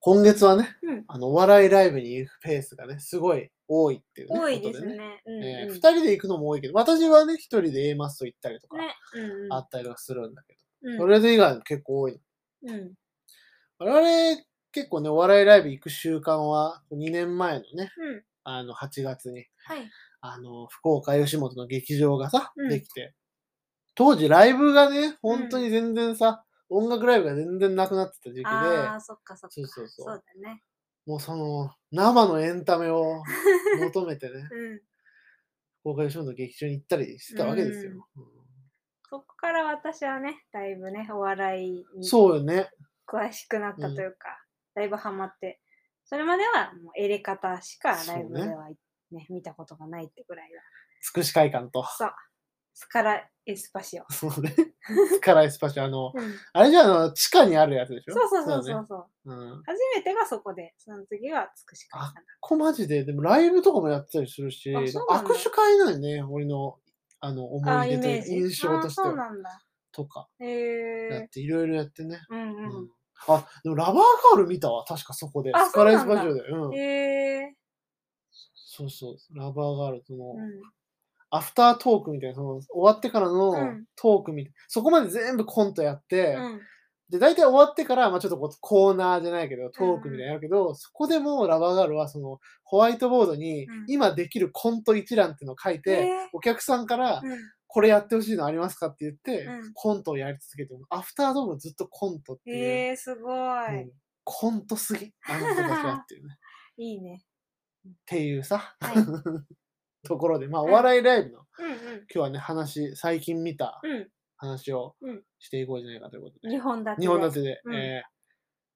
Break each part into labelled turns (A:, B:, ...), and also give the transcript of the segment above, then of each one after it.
A: 今月はね、
B: うん
A: あの、お笑いライブに行くペースがね、すごい多いっていう、ね、
B: 多いで
A: こ
B: す
A: とね。
B: ね。うんうん
A: えー二人で行くのも多いけど、私はね、一人で A マスト行ったりとか、
B: ねうん
A: あったりとかするんだけど、
B: うん
A: それで以外も結構多いの。
B: うん
A: 我々、結構ね、お笑いライブ行く習慣は、2年前のね、
B: うん
A: あの、8月に、
B: はい。
A: あの、福岡吉本の劇場がさ、
B: うん
A: できて、当時ライブがね、本当に全然さ、音楽ライブが全然なくなってた時期で、
B: ああ、そっかそっか。
A: そうそうそう
B: そうだね。
A: もうその、生のエンタメを求めて ね、
B: うん。
A: 福岡吉本の劇場に行ったりしてたわけですよ。
B: そこから私はね、だいぶね、お笑い
A: うん
B: に
A: そうよね。
B: 詳しくなった
A: うん
B: というか、だいぶハマって、それまではもうエレ方しかライブで
A: そうね
B: は、ね見たことがないってぐらい
A: つくし会館と
B: だ。。そう。スカラエスパシオ。
A: そうね。スカラエスパシオ、あの、
B: うん
A: あれじゃあの、地下にあるやつでしょ
B: そうそうそう
A: だ
B: そ
A: よ
B: う
A: ね
B: そう、
A: うん。
B: 初めてがそこで、その次はつくしかかな。
A: こマジで、でもライブとかもやってたりするし、
B: あそうなんだ
A: 握手会なのよね、俺の、あの、
B: ああ
A: 思
B: ー、
A: い
B: イ
A: 出と
B: メ
A: いう
B: ー
A: か
B: ジ。
A: 印象として
B: あーそう
A: は。
B: なんだ。
A: とか、
B: へ
A: やっ
B: え。
A: て、いろいろやってね。
B: うんうん。
A: うんあ、でもラバーガール見たわ、確かそこで。
B: あ
A: スカラエ
B: そ
A: ス
B: うな
A: パ
B: んだ
A: シオで。うん。
B: へえ。
A: そうそう、ラバーガールとの、
B: うん。
A: アフタートークみたいな、その終わってからの
B: うん
A: トークみたいな、そこまで全部コントやって、
B: うん。
A: で、大体終わってから、まあちょっとこうコーナーじゃないけど、トークみたいなのやるけど、そこでもうラバーガールは、その、ホワイトボードに
B: うん、
A: 今できるコント一覧っていうのを書いて、
B: えー
A: お客さんから、
B: うん
A: これやってほしいのありますかって言って、
B: うん
A: コントをやり続けて、アフタートークもずっとコントっていう、
B: へえ、すごい。
A: うんコントすぎ、あの人たちはって いうね。
B: いいね。
A: っていうさ、
B: はい。うん
A: ところで、まあお
B: うん
A: 笑いライブの、
B: う
A: 今日はね、話、最近見た、
B: ん。う
A: 話を
B: うん
A: していこうじゃないかということで、
B: ん。日本だ
A: 2本立
B: て。
A: てで、
B: うん
A: えー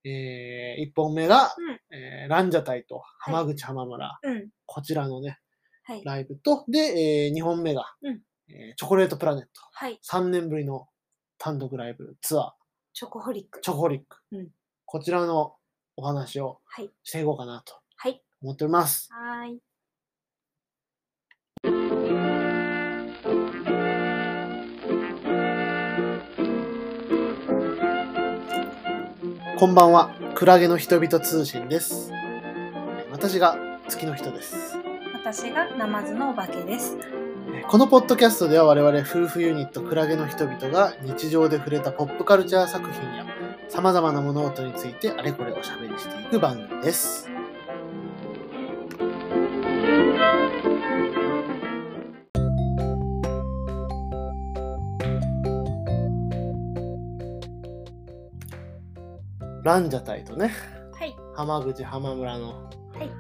A: え1本目が、
B: うん
A: えーランジャタイと
B: い
A: 浜口浜村、
B: うん。
A: こちらのね、
B: はい。
A: ライブと、で、え2本目が、
B: うん
A: えーチョコレートプラネット、
B: はい。
A: 3年ぶりの単独ライブツア
B: チョコホリック
A: ー、。チョコリック、
B: うん
A: こちらのお話を
B: はい。
A: していこうかなと
B: はい。
A: 思っております。
B: はーい。
A: こんばんは、クラゲの人々通信です。私が月の人です。
B: 私がナマズのお化けです。
A: えーこのポッドキャストでは我々夫婦ユニットクラゲの人々が日常で触れたポップカルチャー作品や様々な物事についてあれこれおしゃべりしていく番組です。ランジャタイとね、
B: はい。
A: 浜口浜村の
B: はい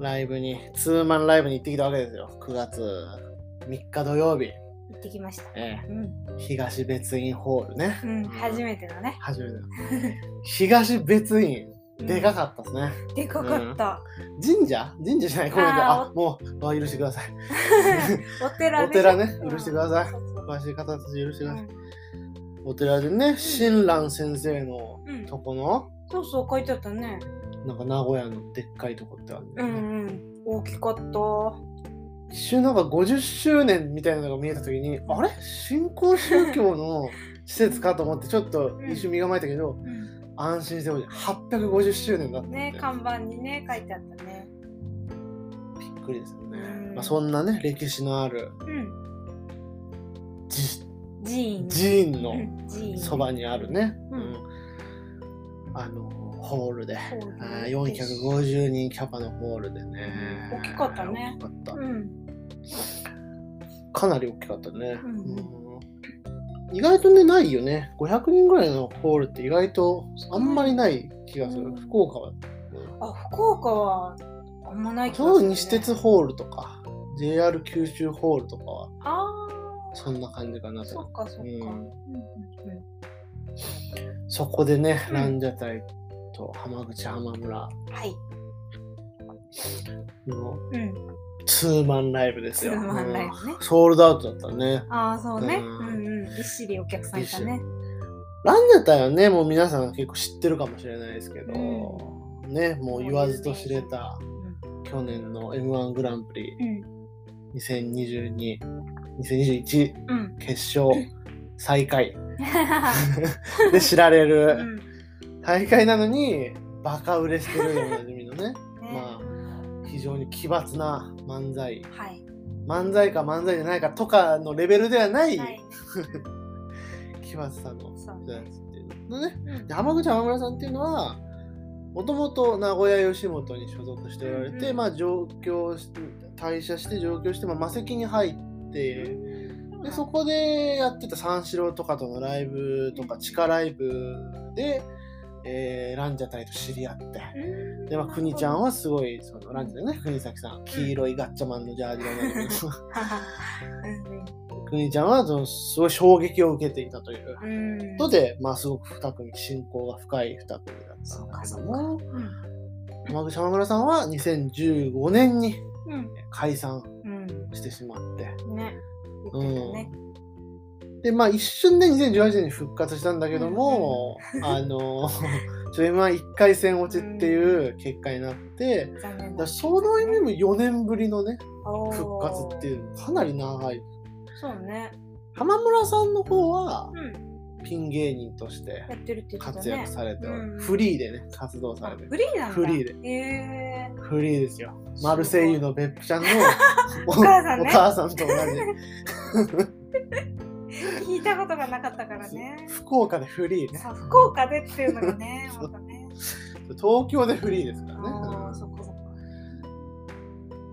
A: ライブに、ツーマンライブに行ってきたわけですよ。9月3日土曜日、
B: 行ってきました。
A: え
B: うん。
A: え東別院ホールね。
B: うん。初めてのね。
A: 初めてだ。 東別院、
B: うん
A: でかかったですね。
B: でかかった。
A: 神社神社じゃない、ごめんなさい。
B: あー
A: あ、もう、あ許してくださ い。
B: お寺
A: お
B: でしょ。
A: 寺ね許してください
B: うんそうそう
A: 詳しい方たち許してく
B: う
A: ださい。
B: ん
A: お寺でね、親鸞先生の
B: うん
A: とこの、
B: そうそう、書いてあったね。
A: なんか名古屋のでっかいとこってあるんだ
B: う
A: よね。
B: んうん。大きかった。
A: 一瞬なんか50周年みたいなのが見えた時にあれ新興宗教の施設かと思っ てちょっと一瞬身構えたけど、
B: うん
A: 安心してほしい850周年だったんで、
B: ね、看板にね、書いてあったね。
A: びっくりですよね、
B: うん
A: まあ、そんなね歴史のある
B: うん。
A: じ
B: 寺院。
A: 寺院の
B: うん寺院。
A: そばにあるね、
B: うん
A: うんあのホールで。
B: ホール
A: あー450人キャパのホールでね
B: 大きかったね
A: 大きかった
B: うん。
A: かなり大きかったね、
B: うん
A: うん意外とねないよね500人ぐらいのホールって意外とあんまりない気がする、
B: うん
A: 福岡は、
B: あ、福岡はあんまない気がす
A: そ
B: る
A: の
B: ね
A: 西鉄ホールとか JR 九州ホールとかは
B: あ
A: そんな感じかな
B: あ、そ
A: と
B: っかそっか。
A: う
B: うんんうん
A: そこでね、
B: うん
A: ランジャタイと浜口浜村
B: うんはい。
A: の
B: うん。
A: ツーマンライブです
B: ツ
A: よ
B: ーマンライブね
A: うん。ソールドアウトだったね
B: ああ、そうね。
A: う
B: うんんうん。びっしりお客さんいたね。
A: ランジャタイはねもう皆さん結構知ってるかもしれないですけど、ねもう言わずと知れた
B: うん
A: 去年の m 1グランプリ
B: うん。
A: 20222021
B: うん。
A: 決勝 最下位
B: う
A: で知られる
B: ん
A: 大会なのにバカ売れしてるよおなじみのね
B: ね
A: まあ非常に奇抜な漫才
B: はい。
A: 漫才か漫才じゃないかとかのレベルではない
B: はい。
A: 奇抜さの
B: そう
A: 人た
B: ね。
A: ちっていうのね
B: うん
A: で浜口浜村さんっていうのはもともと名古屋吉本に所属しておられて、
B: うんうん
A: まあ上京して退社して上京して、まあ、魔石に入ってでそこでやってた三四郎とかとのライブとか地下ライブで、えーランジャタイと知り合って
B: うん
A: でまあ国ちゃんはすごいそのランジャタイね国崎さん黄色いガッチャマンのジャージをなんだけど
B: うん
A: 国ちゃんはそのすごい衝撃を受けていたという
B: うん
A: ことで、まあ、すごく2組親交が深い2組だった
B: そ
A: ん
B: う
A: だ
B: か
A: け
B: そ
A: ど
B: うか。う
A: も
B: ん
A: 浜口浜村さんは2015年に
B: うん
A: 解散
B: うん
A: してしまって
B: ね。言ってたね。
A: でまあ一瞬で2018年に復活したんだけども、あのちょ m 1 1回戦落ちっていう結果になって、
B: 残
A: だ
B: 念な
A: か。らその意味も4年ぶりのね
B: おー
A: 復活っていうのかなり長い
B: そうね。
A: 浜村さんの方は
B: うん。
A: ピン芸人として
B: やってるって言ってた
A: 活
B: ね。
A: 躍されておる、
B: うん
A: フリーでね活動さ
B: あ
A: れてる
B: フリーなんだ。
A: フリ
B: ーで。えー
A: フリーですよマルセイユの別府ちゃんのお
B: お母さんね
A: お母さんと同じ
B: 聞いたことがなかったからね。
A: 福岡でフリーね
B: さあ、福岡でっていうの がね、またね。
A: 東京でフリーですからね
B: あ
A: う
B: あ、
A: ん
B: そっかそっか。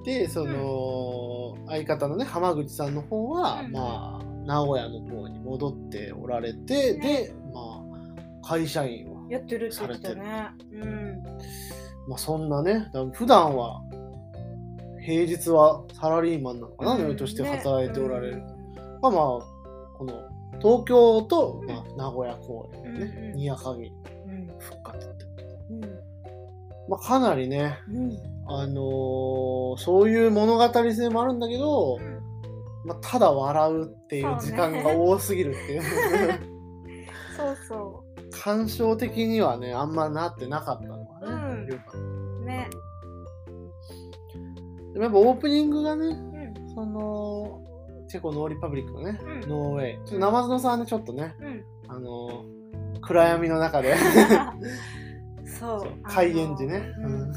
A: でその、相方のね浜口さんの方は、
B: うん
A: まあ名古屋の方に戻っておられて、
B: ね
A: でまあ会社員を、
B: やってるって言ってたね。うん。
A: まあ、そんなねだから普段は平日はサラリーマンなのかな、
B: うん
A: として働いておられる、
B: ね
A: まあまあこの東京と、
B: うん
A: まあ、名古屋公演ね、
B: うんうん
A: にやかぎ
B: うん
A: 復活って、
B: うん
A: まあ、かなりね
B: うん
A: あのーそういう物語性もあるんだけど、
B: うん
A: まあ、ただ笑うっていう時間が多すぎるっていう
B: そうそ
A: 感傷的にはねあんまなってなかったのがね、
B: うん
A: よかった
B: う。ね。
A: でもやっぱオープニングがね
B: うん
A: そのチェコノーリパブリックのね、
B: うん
A: ノーウェイちょっとナマズのさんはねちょっとね
B: うん。
A: あのー暗闇の中で
B: そ
A: そうう。開演時ね
B: あ、のうん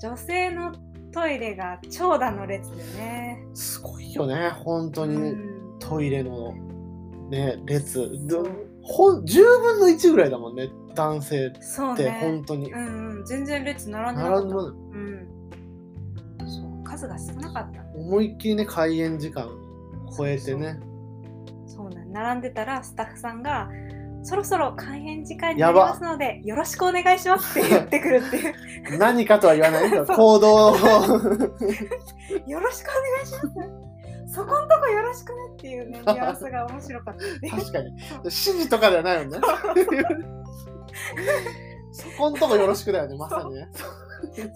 B: 女性のトイレが長蛇の列でね。
A: うんすごいよね本当にね、
B: うん
A: トイレのね列
B: そ
A: ど
B: う
A: ほん10分の1ぐらいだもんね男性っ
B: そう
A: て
B: ね。
A: 本当に、
B: うんうん。全然列並んでなか
A: 並
B: っ
A: ん
B: た
A: で。もない
B: うん。そう。数が少なかった。
A: 思いっきりね開演時間超えてね
B: そうなん並んでたらスタッフさんが「そろそろ開演時間になりますのでよろしくお願いします」って言ってくるっていう
A: 何かとは言わないけど
B: そう
A: 行動を
B: 「よろしくお願いします」 そこんとこよろしくねってい うねニュアンスが面白かったね
A: 確かに指示とかではないよねそこんとこよろしくだよねまさにね
B: それがね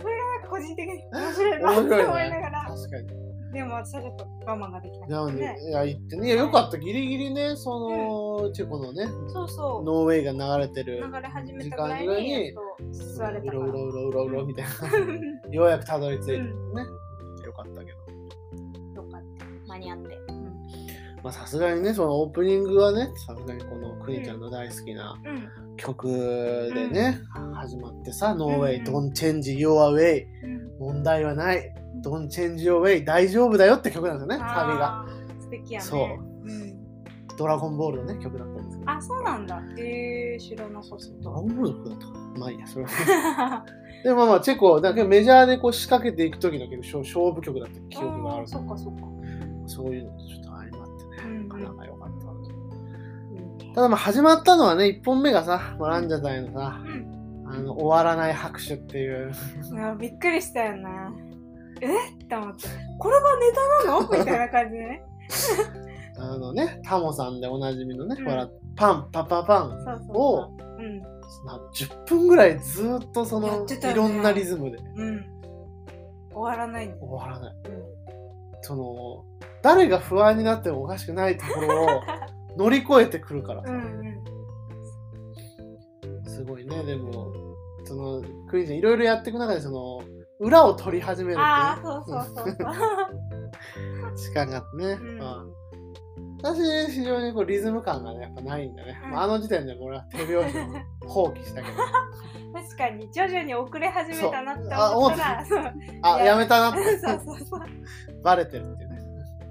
B: それが個人的に面白いな
A: 面
B: って思
A: 白
B: い
A: いね
B: ながら、
A: 確かに
B: でも私はちょっと我慢ができな
A: な
B: か
A: の
B: った
A: で、
B: ね
A: いや言ってねいやよかったギリギリねその、チェコのね
B: そうそう
A: ノーウェイが流れてる
B: 流れ始めたぐらいにやっと座れ
A: う
B: たか
A: ろう
B: ら
A: ろうろうろうろみたいなようやくたどり着いてね、よかったけど
B: よかった間に合って、うん
A: まあさすがにねそのオープニングはねさすがにこのくにちゃんの大好きな、
B: うん
A: 曲でね、始まってさ、No
B: う
A: way,
B: ん
A: don't change your way,
B: うん
A: 問題はない、don't change your way, 大丈夫だよって曲なんですよね、サビが。
B: あー素敵やね
A: そう
B: うん
A: ドラゴンボールのね、曲だったんですけど。
B: あ、そうなんだ。えー、知らなかっ
A: ドラゴンボールの曲だったかなまあいいや、それは。
B: た。
A: でもまあまあ、チェコ、だけどメジャーでこう仕掛けていく時の結構勝負曲だった記憶があ
B: あ
A: る
B: ーそっかそっか。
A: そういうのとちょっと相まってね、
B: うん
A: なかなか良かったなと。
B: うん
A: ただまあ始まったのはね、1本目がさ、まあランジャタイのさ、
B: うん
A: あの終わらない拍手っていう。
B: いやびっくりしたよね。えって思って。これがネタなの みたいな感じでね。
A: あのね、タモさんでおなじみのね、
B: うん
A: 笑っパンパパパン
B: そうそう
A: を
B: そう。うん。
A: な10分ぐらいずーっとそ
B: や
A: の、
B: ってた
A: い
B: よね
A: ろんなリズムで
B: うん。終わらないんだよ。
A: 終わらない。
B: うん
A: その誰が不安になってもおかしくないところ を乗り越えてくるから
B: う
A: さ、
B: ん
A: すごいねでもそのクイーンちゃんいろいろやっていく中でその裏を取り始め
B: う
A: る
B: ん。
A: ね
B: ああ、そうそうそう そう。
A: 時間があってね、
B: うん
A: まあ私非常にこうリズム感がねやっぱないんだね、
B: うん
A: まああの時点でもう俺は手拍子を放棄したけど
B: 確確かに徐々に遅れ始めたなって
A: そうあ
B: 思ったらそう
A: あ
B: いや
A: やめたなって
B: そうそうそう
A: バレてるっていうね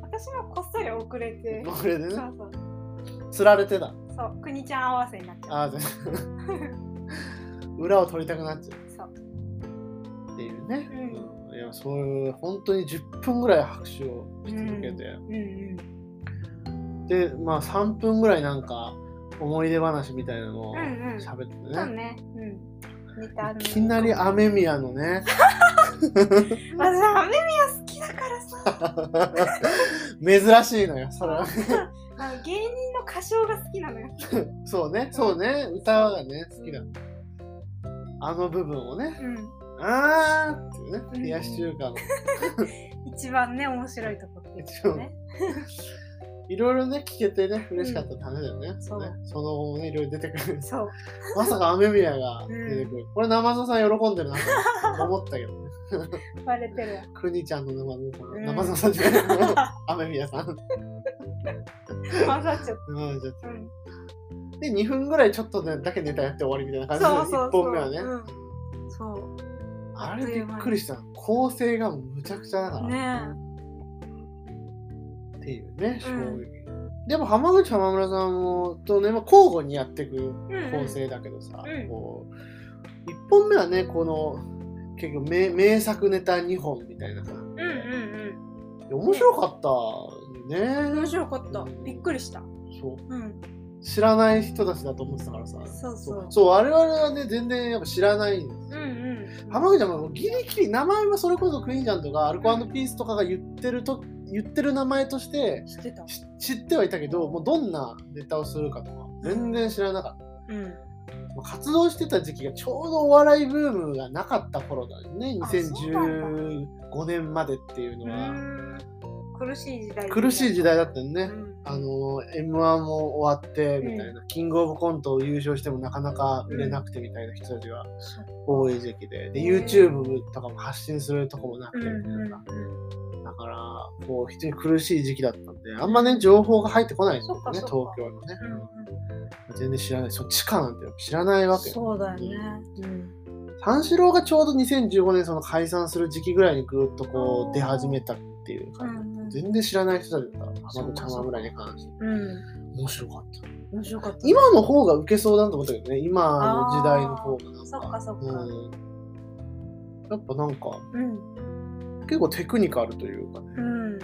B: 私もこっそり遅れて
A: これで
B: そ
A: ね
B: うそう
A: つられてた
B: そうくにちゃん合わせになっちゃう
A: あー で裏を取りたくなっちゃ
B: そう
A: うっていうね、
B: う
A: いやそういう本当に10分ぐらい拍手をし続けて、
B: うんうん
A: でまあ3分ぐらいなんか思い出話みたいなのを
B: うんうん
A: 喋ってね、
B: そうねうんネタある
A: いきなり雨宮のね
B: 私雨宮好きだからさ
A: 珍しいのよそれは
B: あの芸人の歌唱が好きなのよ。
A: そうねそうね歌がね好きだあの部分をね
B: うん。
A: あーっていうね
B: うん
A: 冷やし中華の
B: 一番ね、面白いところ、ね。
A: 一応いろいろね聞けてね嬉しかったためだよね,、
B: そう
A: ねその後もねいろいろ出てくる
B: そう。
A: まさか雨宮が出てくる、これ生田さん喜んでるな と思ったけどね
B: バレてるわ。
A: くにちゃんの生田さん、
B: うん
A: 生田さんじゃない雨宮さん
B: 混ざっちゃっ
A: うんじゃあ
B: た。うん。
A: で2分ぐらいちょっとねだけネタやって終わりみたいな感じで
B: そうそうそう。
A: 1本目はね、
B: うん。そ
A: あれびっくりした構成がむちゃくちゃだから、
B: う。ね
A: っていうね衝撃、
B: う
A: でも浜口浜村さんもとねまあ交互にやっていく
B: え。うん
A: 構成だけどさ、
B: うん
A: こう1本目はねこの結構名名作ネタ2本みたいな感
B: う
A: じ
B: ん
A: で、
B: うん
A: 面白かった
B: うん。
A: ね
B: 面白かった。びっくりした。
A: そう
B: うん。
A: 知らない人たちだと思ってたからさ
B: そう
A: そ
B: そうう。
A: そう我々はね全然やっぱ知らないんですよ、
B: うんうん。
A: 浜口ちゃんもギリギリ名前はそれこそクイーンちゃんとかアルコピースとかが言ってると言ってる名前として
B: 知ってた。
A: し知ってはいたけどもうどんなネタをするかとか全然知らなかった、
B: うん。
A: まあ活動してた時期がちょうどお笑いブームがなかった頃だよね
B: あそうなん
A: 2015年までっていうのは
B: 苦しい時代。
A: 苦しい時代だったよね、
B: うん。
A: あの m 1も終わってみたいな、キングオブコントを優勝してもなかなか売れなくてみたいな人たちが多い時期でで
B: へー
A: YouTube とかも発信するとこもな
B: う
A: く
B: ん
A: てみたいな、
B: うん。
A: だからこう非常に苦しい時期だったんであんまね情報が入ってこないんです
B: そ
A: よ
B: っか
A: ね
B: そっ
A: 東
B: か
A: 京のね、
B: う
A: 全然知らないそっちかなんて知らないわ
B: ん。
A: けよ
B: そうだよね。うん。
A: 三四郎がちょうど2015年その解散する時期ぐらいにぐーっとこう出始めたっていう
B: う
A: 感じ、
B: ん
A: 全然知らない人だった
B: そ
A: 浜
B: っ
A: 口
B: か
A: 浜村に関して
B: うん。
A: 面白かった
B: 面白かった。
A: 今の方が受けそうだなと思ったけどね今の時代の方がなんか
B: そっかそっか
A: うん、やっぱなんか
B: うん。
A: 結構テクニカルというかね、
B: うん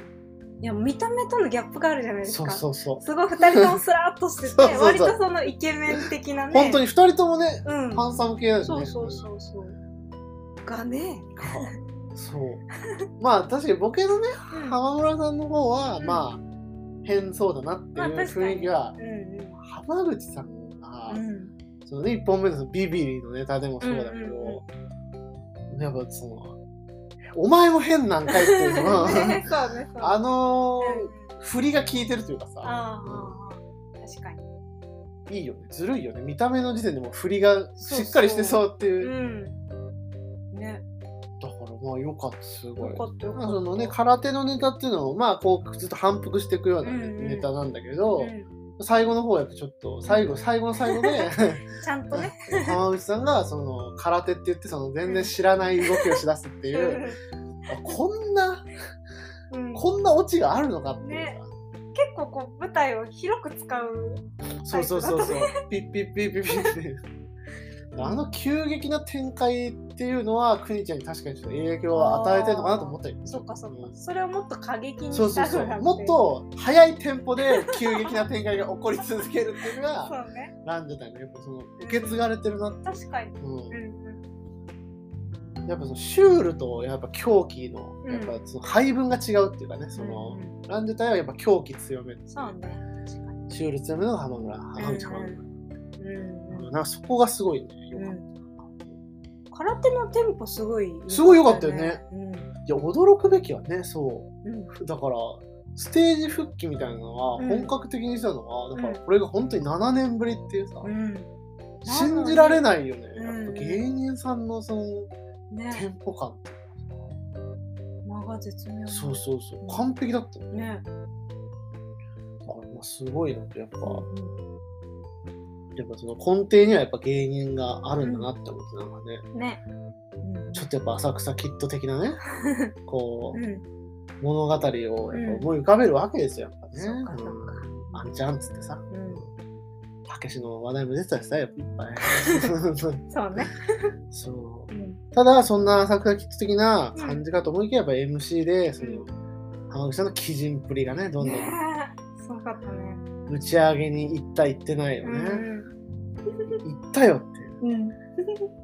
B: いや見た目とのギャップがあるじゃないです
A: そ
B: か。
A: うそうそう
B: すごい二人ともスラーっとしてて
A: そうそうそう
B: 割とそのイケメン的なね。
A: 本当に2人ともね
B: うん。
A: ハンサム系だよね
B: そうそうそうそう。がね。
A: かそうまあ確かにボケのね
B: うん
A: 浜村さんの方は、
B: うん
A: まあ変そうだなっていう
B: まあ確かに
A: 雰囲気は
B: うんうん
A: 浜口さんが、
B: うん
A: そのね1本目のそのビビリのネタでもそうだけど、やっぱその「お前も変なんかい」っていうのは
B: ね そうねそう。
A: あの
B: うん
A: 振りが効いてるというかさ
B: ああああ確かに。
A: いいよねずるいよね見た目の時点でもう振りがしっかりしてそうっていう
B: うん。ね。
A: だからまあよかったすごい
B: よかったよか
A: ま
B: っ
A: あ、
B: た。
A: そのね空手のネタっていうのをまあこうずっと反復していくようなね、
B: うんうん
A: ネタなんだけど、
B: うん
A: 最後の方はやっぱちょっと最後最後の最後で
B: ちゃん とね。
A: 浜口さんがその空手って言ってその全然知らない動きをしだすっていう、あ こんな
B: うん結
A: こんなオチがあるのかっていうさ、
B: 構こう舞台を広く使う。
A: そうそうそうそうピッピッピッピッピッって いう。あの急激な展開っていうのはくにちゃんに確かにちょっと影響を与えてるのかなと思ったよ
B: そうかそう
A: う
B: か。
A: ん
B: それをもっと過激に
A: そう
B: し
A: そう
B: た
A: そ
B: の
A: う
B: がね
A: もっと早いテンポで急激な展開が起こり続けるっていうのが
B: そうね。
A: ランジャタイのやっぱその受け継がれてるな、
B: 確かに。
A: う
B: うんうん。
A: ん、やっぱそのシュールとやっぱ狂気の
B: うん
A: やっぱその配分が違うっていうかねその、
B: うんうん
A: ランジャタイはやっぱ狂気強め
B: そうね。確かに。
A: シュール強めのが浜村浜口浜村、
B: うん
A: う
B: うん
A: なんかそこがすごいねよかった、い
B: ん。空手のテンポすごい、
A: すごい良かったよね。
B: うん。
A: や驚くべきはねそう
B: うん。
A: だからステージ復帰みたいなのは
B: うん
A: 本格的にしたのは、だか
B: う
A: らこれが本当に7年ぶりっていうさ、
B: うん。
A: 信じられないよね、
B: うん
A: やっぱ芸人さんのそのテ
B: ね。
A: ンポ感っていうかさ
B: 間が絶妙。
A: そうそうそう完璧だったよね
B: ね。
A: だからまあすごいのとやっぱ
B: うん
A: やっぱその根底にはやっぱ芸人があるんだなって思ってなんかね、
B: ね。
A: ちょっとやっぱ浅草キッド的な ね、こ
B: うん。うん。
A: う、物語をやっぱ思い浮かべるわけですよ、やっぱね。
B: そうかそうか。
A: うんあんちゃんっつってさ、
B: う
A: たけしの話題も出てたしさ、やっぱいっぱい。
B: ん。そうね。
A: そうう。ただ、そんな浅草キッド的な感じかと思いきや、やっぱ MC で、その
B: う、
A: 浜口さんの鬼人っぷりがね、どんど
B: ね
A: ん
B: え。すごかったね。
A: 打ち上げに行った行ってないよ
B: う
A: ね。
B: ん。
A: 行ったよっていう。
B: うん。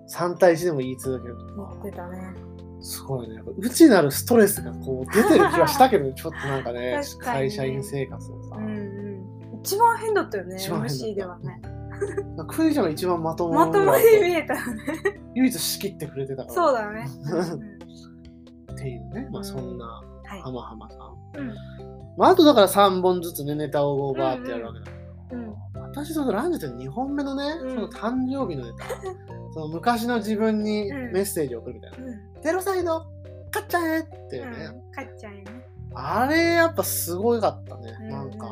A: 3対1でも言い続ける。
B: 言ってたね。
A: すごいね。やっぱ内なるストレスがこう出てる気はしたけど、ちょっとなんかね、
B: 確かにね
A: 会社員生活をさ
B: う、んうん。一番変だったよね。
A: 一番変だった
B: MC ではね。
A: なんかクイズの一番まともな
B: まともに見えた。
A: 唯一仕切ってくれてたから
B: そうだ ね。うん
A: っていうね、まあ、そんな
B: はい。
A: 浜浜さん。
B: うん。
A: まあ、あとだから3本ずつね、ネタをバーってやるわけだけど、
B: うんうん
A: 私、そのランジェと2本目のね、
B: うん
A: その誕生日のネタ、その昔の自分に
B: うん
A: メッセージを送るみたいな。
B: うん。
A: 0歳のかっちゃんへっていうね、
B: うん。かっちゃんよね。
A: あれやっぱすごかったね、
B: うん
A: なんか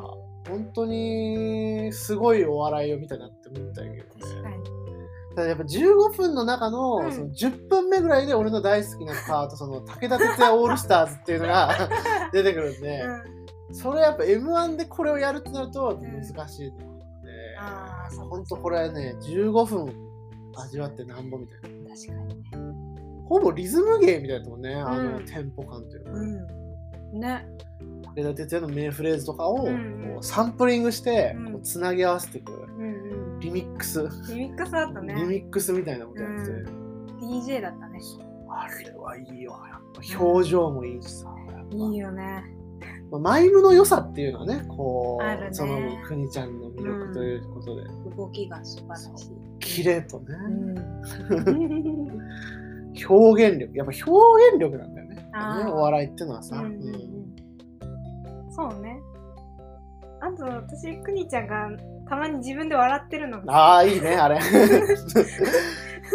A: 本当にすごいお笑いを見たなって思ったけどね
B: 確かに。
A: ただやっぱ15分の中の,、
B: うん
A: その10分目ぐらいで俺の大好きなパートその武田鉄矢オールスターズっていうのが 出てくるんで、
B: う
A: それやっぱ m 1でこれをやるってなると
B: ん
A: 難しいと思うんで、
B: あーそう。
A: ほんとこれはね15分味わってなんぼみたいなん
B: 確かにね。
A: ほぼリズム芸みたいだもんね、あの
B: うん
A: テンポ感というか、
B: うん。ね。
A: 武田鉄矢の名フレーズとかを、
B: うん
A: こうサンプリングして、
B: うん
A: こうつなぎ合わせていく
B: うんうん。
A: リミックス、
B: リミックスだったね。
A: リミックスみたいなことやってて、
B: う DJ だったね。
A: あれはいいよやっぱ表情もいいしさ、やっぱ
B: いいよね。
A: まあマイムの良さっていうのはねこう
B: あるね
A: そのくにちゃんの魅力ということで、
B: 動きが素晴らしい。
A: キレとね、
B: うん。
A: 表現力やっぱ表現力なんだよね
B: あー
A: ねお笑いってのはさ、
B: う
A: うん
B: んそうね。あと私くにちゃんがたまに自分で笑ってるのが
A: ああいいね あれ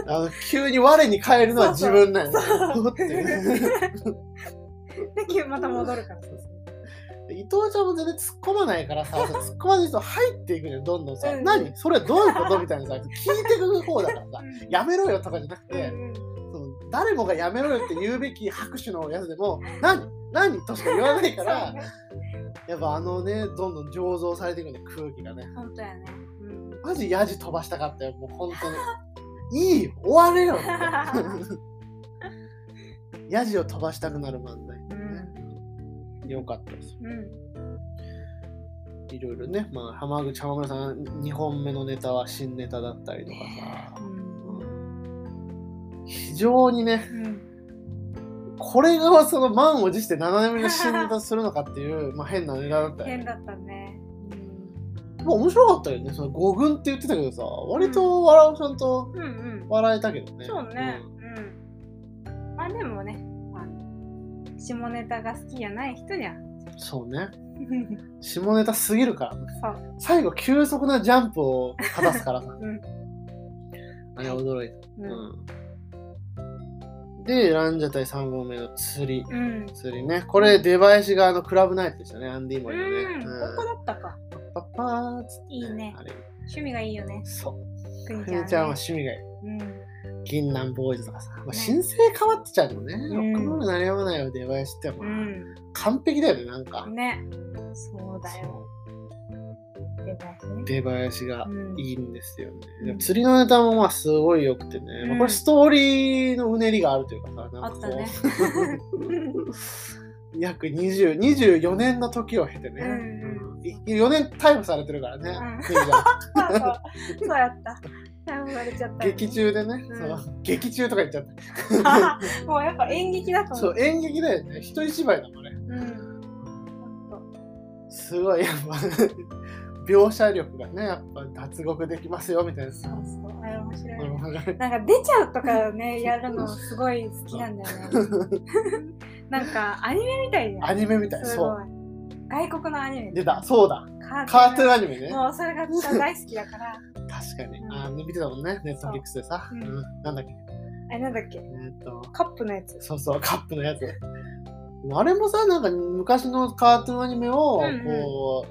A: あの急に我に返るのは自分なんよ
B: そう
A: っていう
B: で急にまた戻るから。
A: 伊藤ちゃんも全然突っ込まないからさ、 突っ込まずにそう入っていくじゃん、どんどんさ、
B: うん
A: 何それどういうことみたいなさ、聞いてく方だからさ、やめろよとかじゃなく
B: うん
A: て、その誰もがやめろよって言うべき拍手のやつでも、何何としか言わないから、やっぱあのね、どんどん醸造されていくね、空気がね。
B: 本当やね。うん
A: マジヤジ飛ばしたかったよ、もう本 当に。いいよ終われよって。ヤジを飛ばしたくなる漫才ってね。よかったです。
B: うん
A: いろいろね、まあ、浜口浜村さん2本目のネタは新ネタだったりとかさ、非常にね
B: うん
A: これがその満を持して7年目の新ネタするのかっていう まあ変なネタだったよ
B: 変
A: ね
B: だったね。
A: まあ面白かったよねその五軍って言ってたけどさ割と笑うちゃんと
B: うんうん。
A: 笑えたけどね
B: そうね。うん。まあでもね、まあ下ネタが好きじゃない 人には。
A: うんそうね下ネタすぎるから
B: そう。
A: 最後急速なジャンプを果たすからさ
B: うん
A: あれは驚いた、
B: うん。
A: うんでランジャタイ3本目の釣り
B: うん。
A: 釣りね。これ、出囃子があのクラブナイトでしたね、アンディー
B: う
A: モリのね。
B: ん。
A: うん
B: ここだったか。
A: パッパーっつって、
B: いいね
A: あれ。
B: 趣味がいいよね。
A: そう。
B: く
A: ふ
B: に
A: みち
B: ち
A: ゃんは
B: ゃんね。
A: 趣味がいい。
B: うん。
A: 銀杏ボーイズとかさ。まあ、
B: ね
A: 新生変わってちゃうのね。ロックンロールなりやまないよ、出囃子って。まあ
B: う
A: 完璧だよね、なんか。
B: ん。ね。そうだよ。
A: そう
B: でもね
A: 出囃子が
B: うん
A: いいんですよね。
B: うん
A: でも釣りのネタもまあすごい良くてね。
B: うん
A: まあ、これ、ストーリーのうねりがあるというかさ、
B: あ
A: なん
B: っ
A: か
B: た
A: こう。
B: ね。
A: 約20 24年の時を経てね、
B: うん
A: 4年逮捕されてるからね、
B: うん
A: クイちゃん
B: そうそうそうやった。逮捕されちゃったよね。
A: 劇中でね、
B: うん
A: そう劇中とか言っちゃっ
B: もうやっぱ演劇だと
A: た
B: 思。
A: そうう演劇だよね一人芝居だもんね
B: うん。
A: すごいやっぱ 描写力がねやっぱ脱獄できますよみたいな
B: そうそう。あれ面白いね。
A: う
B: なんか出ちゃうと かね、やるのすごい好きなんだよね。
A: ん
B: なんかアニメみたいじゃん。
A: アニメみたい
B: す
A: そ
B: ご
A: う
B: い。外国のアニメ。
A: 出たそうだカートゥーンアニメね
B: もうそれが私は大好きだから。
A: 確かに
B: うん
A: あ見てたもんねネットフリックスでさ、
B: うん
A: うんなんだっけ
B: あれなんだっけ
A: えーっと
B: カップのやつ。
A: そうそうカップのやつあれもさなんか昔のカートゥーンアニメを
B: うんうん
A: こ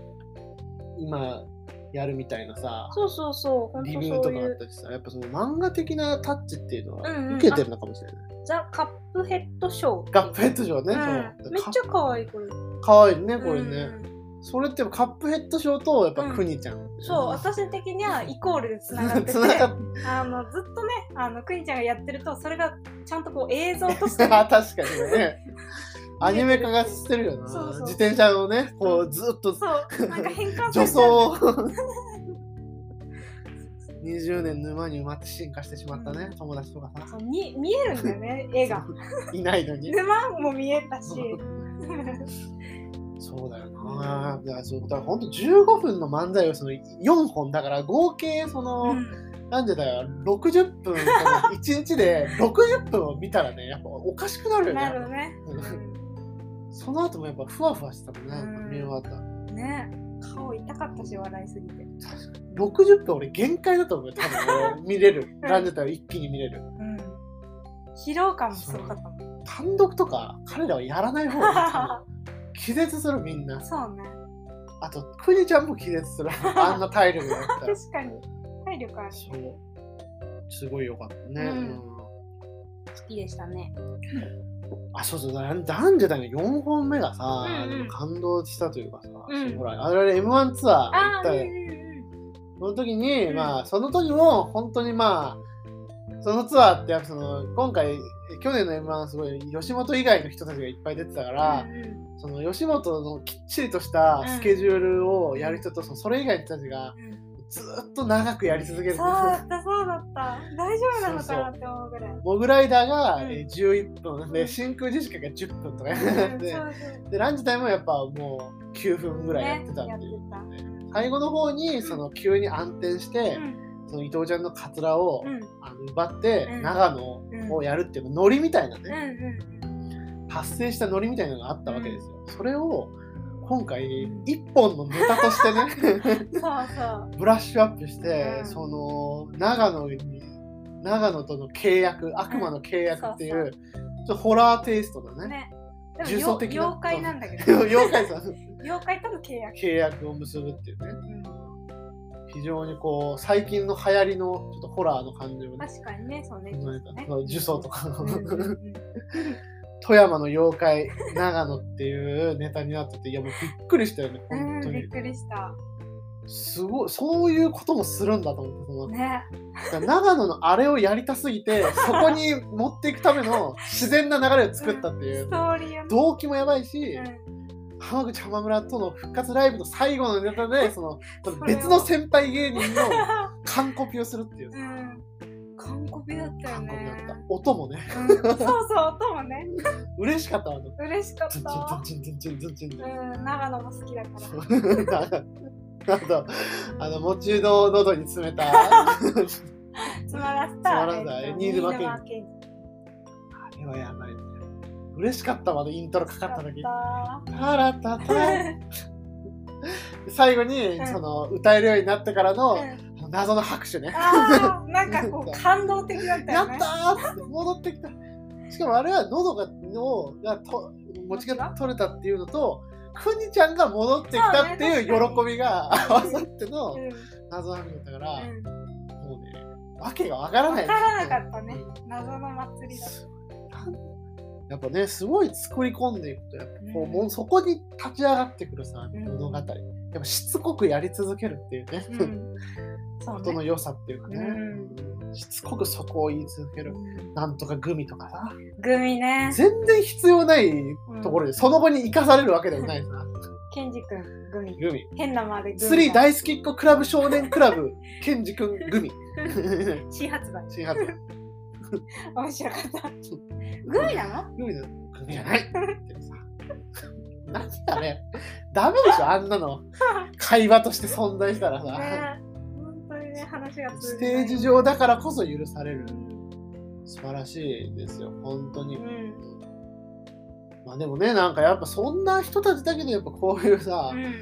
A: う、今やるみたいなさ
B: そうそうそう本当
A: リ
B: そう
A: ビ
B: い
A: ングとかあっ
B: う
A: たしさやっぱその漫画的なタッチっていうのは
B: うんうん
A: 受けてるのかもしれない、
B: ザ・カップヘッドショー
A: カップヘッドショーね、
B: うん、めっ
A: そう
B: ちゃ可愛いこれこ
A: かわいいねこれね、それってカップヘッドショーとやっぱ
B: うん
A: クニちゃん、
B: そう 私的にはイコールでつながってて
A: つながっ
B: あのずっとねあのくにちゃんがやってるとそれがちゃんとこう映像として
A: て
B: ね
A: あ確かにねアニメ化がしてるよな
B: そうそう
A: 自転車をねこうずっと
B: そうなんか変換
A: 助
B: され
A: 走
B: ちゃう
A: を20年沼に埋まって進化してしまったね、友達とかさ
B: そうに見えるんだよね絵が
A: いないのに
B: 沼も見えたし
A: そうだよな、だからそうだからほんと15分の漫才をその4本だから合計その、
B: うん
A: なんでだよ60分1 日で60分を見たらねやっぱおかしくなるよね
B: なるね
A: その後もやっぱふわふわしてたもんね、やっぱ
B: うん
A: 見終わったら
B: うんね顔痛かったし笑いすぎて
A: 60分俺限界だと思うよ多分 俺見れるランジェタを一気に見れる
B: うん疲労感もすごかったもん
A: 単独とか彼らはやらない方がいい 多分気絶するみんな
B: そうね
A: あとクニちゃんも気絶するあんな体力だったら
B: 確かに体力ある
A: そうすごい良かったね、
B: うん
A: うん
B: 好きでしたね
A: あそうそうだダンジェダイの4本目がさ、
B: うんうん
A: 感動したというかさ、
B: うん
A: ほらあれ m 1ツアー行
B: あ
A: っ
B: あ
A: た
B: うん
A: よその時に、
B: うん
A: まあその時も本当にまあそのツアーってやっぱその今回去年の m 1すごい吉本以外の人たちがいっぱい出てたから、
B: うんうん
A: その吉本のきっちりとしたスケジュールをやる人と、そのそれ以外の人たちが
B: うん
A: ずっと長くやり続ける
B: そうだったそうだった大丈夫なのかなって思うぐらい。うん
A: モグライダーが
B: うん
A: えー11分、
B: う
A: で
B: ん
A: 真空ジェシカが10分とかや
B: そう
A: ってて、
B: そう
A: でランジタイムはやっぱもう9分ぐらいやってたっていう、
B: ねやってた
A: 最後の方にその急に暗転して
B: う、ん
A: その伊藤ちゃんのカツラを、
B: うん
A: あの奪って、
B: うん
A: 長野をやるっていうのノリみたいな
B: うん
A: ね、
B: うん
A: 達成したノリみたいなのがあったわけですよ、それを今回
B: うん
A: 一本のネタと してね
B: うんそうそう
A: ブラッシュアップして、
B: うん
A: その長野に長野との契約悪魔の契約っていう,、
B: うん
A: ちょっとホラーテイストのね
B: ねでも
A: 重層的な
B: 妖怪なんだけど
A: 妖怪さん
B: 妖怪との契約
A: 契約を結ぶっていうね
B: うん
A: 非常にこう最近の流行りのちょっとホラーの感じをね
B: 確かにねそうね
A: 踏まえたその呪詛とかの
B: うんうんうん
A: 富山の妖怪長野っていうネタになってていやもうびっくりしたよね
B: うん
A: 本当
B: びっ
A: に
B: くりした
A: すごいそういうこともするんだと思ってその
B: ね
A: だか ら長野のあれをやりたすぎてそこに持っていくための自然な流れを作ったってい
B: ス
A: う
B: トーリーをね
A: 動機もやばいし
B: うん
A: 浜口浜村との復活ライブの最後のネタ でその
B: それを
A: 別の先輩芸人 の完コピをするっていう
B: うん完コピだったよ
A: 完コピだ
B: ね
A: った音もね
B: うんそうそう音もね
A: 嬉しかったわね
B: 嬉しかっ
A: ズン
B: た
A: チンズンチンズンチンズンチンって
B: うん長野も好きだから
A: そうあとあの餅の喉に詰めたあ
B: つまらせた。
A: つまらせた
B: えっと
A: 新沼謙治
B: 新治
A: れはやばいね嬉しかったわあのイントロかかった時
B: や
A: タラタ
B: った
A: タ最後に
B: うん
A: その歌えるようになってからの
B: うん
A: 謎の拍手ね
B: あ ーなんかこう感動的だった
A: や
B: よ
A: った
B: ね。
A: ーっつって戻ってきたしかもあれは喉がのがと餅が取れたっていうのとくにちゃんが戻ってきたっていう
B: そうね
A: 喜びが合わさっての
B: うんうん
A: 謎の拍手だったから、
B: わ
A: もうねわけがわからない
B: からなかったね。謎の祭りだっ
A: やっぱねすごい作り込んでいくとやっぱこう、
B: うん
A: もうそこに立ち上がってくるさ
B: うん
A: 物語、やっぱしつこくやり続けるっていうね、
B: た。うんそ
A: こ
B: う
A: との
B: ね。
A: 良さっていうかね、しつこくそこを言い続けるなんとかグミとかさ
B: グミね。
A: 全然必要ないところで、その後に生かされるわけでもないさ
B: ケンジくんグミ。
A: グミ
B: 変なまでグミ。
A: スリー。大好きっ子クラブ少年クラブケンジくんグミ
B: 新発売。
A: 新発売
B: 面白かった。グミなの？
A: グミだグミじゃないってさ何だねダメでしょあんなの会話として存在したら
B: ね
A: さ。
B: 本当にね話
A: ス
B: が通じな
A: テ
B: い
A: ージ上だからこそ許される
B: うん
A: 素晴らしいですよ本当に
B: うん
A: まあでもねなんかやっぱそんな人たちだけどやっぱこういうさ、
B: うん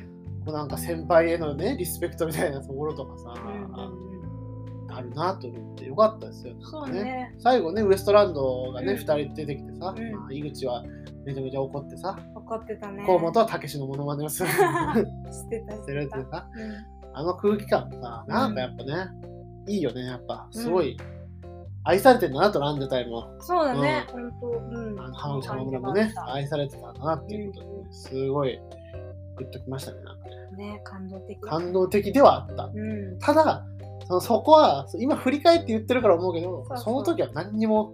A: こうなんか先輩へのねリスペクトみたいなところとかさ、
B: うんうん
A: あるなと思ってよかったですよ
B: そうね。
A: 最後ねウエストランドがね、
B: うん
A: 2人出てきてさ、
B: うん
A: まあ井口はめちゃめちゃ怒ってさ
B: 怒ってたね。
A: 河本はたけしのモノマネをする
B: してた
A: し
B: してて
A: るって
B: た。
A: さ
B: うん
A: あの空気感さ、なんかやっぱね、いいよね、やっぱ。すごい、愛されてんだなと、ランデタイも。
B: そうだね、本当、うん。
A: あの浜口浜村もね、
B: 感
A: 愛されてたんだなっていうことで、すごい、グッときましたね。なんかね
B: じたね、感動的。
A: 感動的ではあった。
B: うん。うん。
A: ただ、そのそこは、そう今振り返って言ってるから思うけど、
B: そうそう
A: その時は何にも、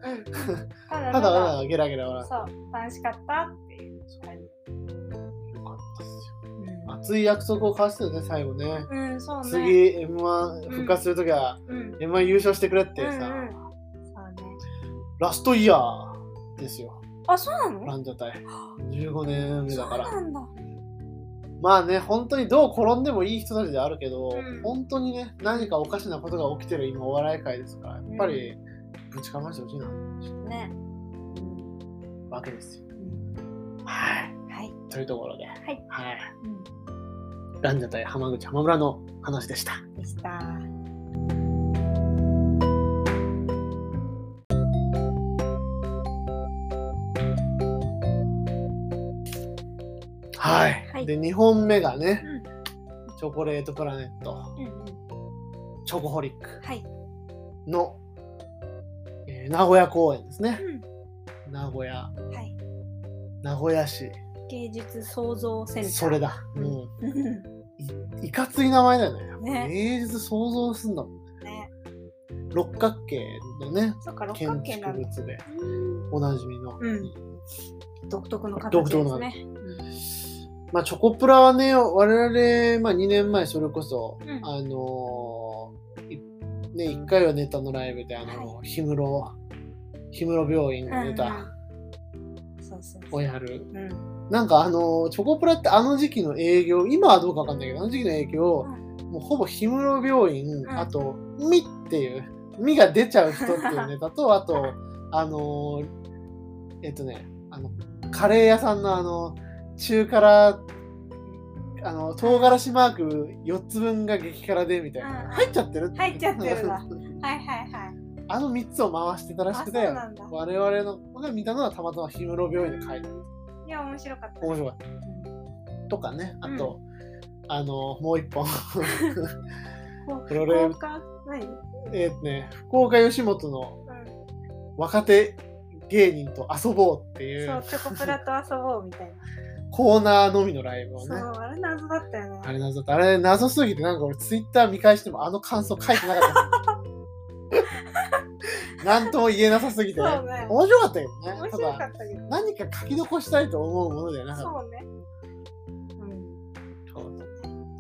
B: ただ
A: ただただゲラゲラ笑って。
B: そう、楽しかったっていう感じ。
A: よかったですよ。
B: うん
A: 熱い約束を交わしてたね、最後ね。
B: うん、そうね。
A: 次 M1 復活するときは、
B: うん、うん
A: M1 優勝してくれって
B: う
A: さ、
B: ん。そうね。
A: ラストイヤーですよ
B: あ、そうなの
A: ランジャタイ15年目だから
B: そうなんだ。
A: まあね本当にどう転んでもいい人たちであるけど、
B: うん
A: 本当にね何かおかしなことが起きてる今お笑い界ですからやっぱりぶちかましてほしいな
B: ね。
A: わけですよ
B: うん
A: はい
B: はい。
A: というところで、はいランジャタイ浜口浜村の話でした
B: うんでした。
A: はい、
B: はい
A: で2本目がね、
B: うん
A: チョコレートプラネット
B: うんうん。
A: チョコホリック
B: はい。
A: の、えー名古屋公演ですね
B: う
A: 名古屋
B: ん。はい。
A: 名古屋市
B: 芸術創造センター。
A: それ。だも
B: うん。
A: ういいかつい名前だよね
B: ね
A: 芸術想像すんだもん
B: ね。
A: 六角形のね
B: そうか、六
A: 建
B: 角形な
A: 築
B: んだ。
A: 物で
B: うん
A: おなじみの、
B: うん独特の
A: 独
B: 形
A: 特
B: で
A: の
B: すね。
A: まあチョコプラはね我々、まあ、2年前それこそ、
B: うん
A: あのーいね1回はネタのライブであの氷室氷室病院のネタ
B: うん。そうそうそう。
A: をやる、
B: うん。
A: なんかあのチョコプラってあの時期の営業今はどうかわかんないけどあの時期の営業、もうほぼ氷室病院、
B: ん
A: あと「み」っていう「み」が出ちゃう人っていうネタ とあとあのーえっとねあのカレー屋さんのあの中辛あの唐辛子マーク4つ分が激辛でみたいな、
B: うん
A: 入っちゃってるて
B: 入っちゃってるわはいはいはい。
A: あの3つを回してたらしくて
B: あそうなんだ
A: 我々の僕が見たのはたまたま氷室病院で書いてある
B: いや、面白かった。
A: 面白かったとかねあと、あのもう一本 プロレ
B: 効果ない
A: えーとね福岡吉本の
B: うん
A: 若手芸人と遊ぼうってい
B: そうう、チョコプラと遊ぼうみたいな。
A: コーナーのみのライブを
B: そ
A: ね
B: う、あれ謎だったよ
A: あ
B: ね。
A: れ謎だったあれ謎すぎてなんか俺ツイッター見返してもあの感想書いてなか った何とも言えなさすぎて、ね
B: そうね
A: 面白かったけどね
B: 面
A: た
B: 白か
A: だ
B: ったけど。
A: 何か書き残したいと思うものではなかっ
B: そうね。うん。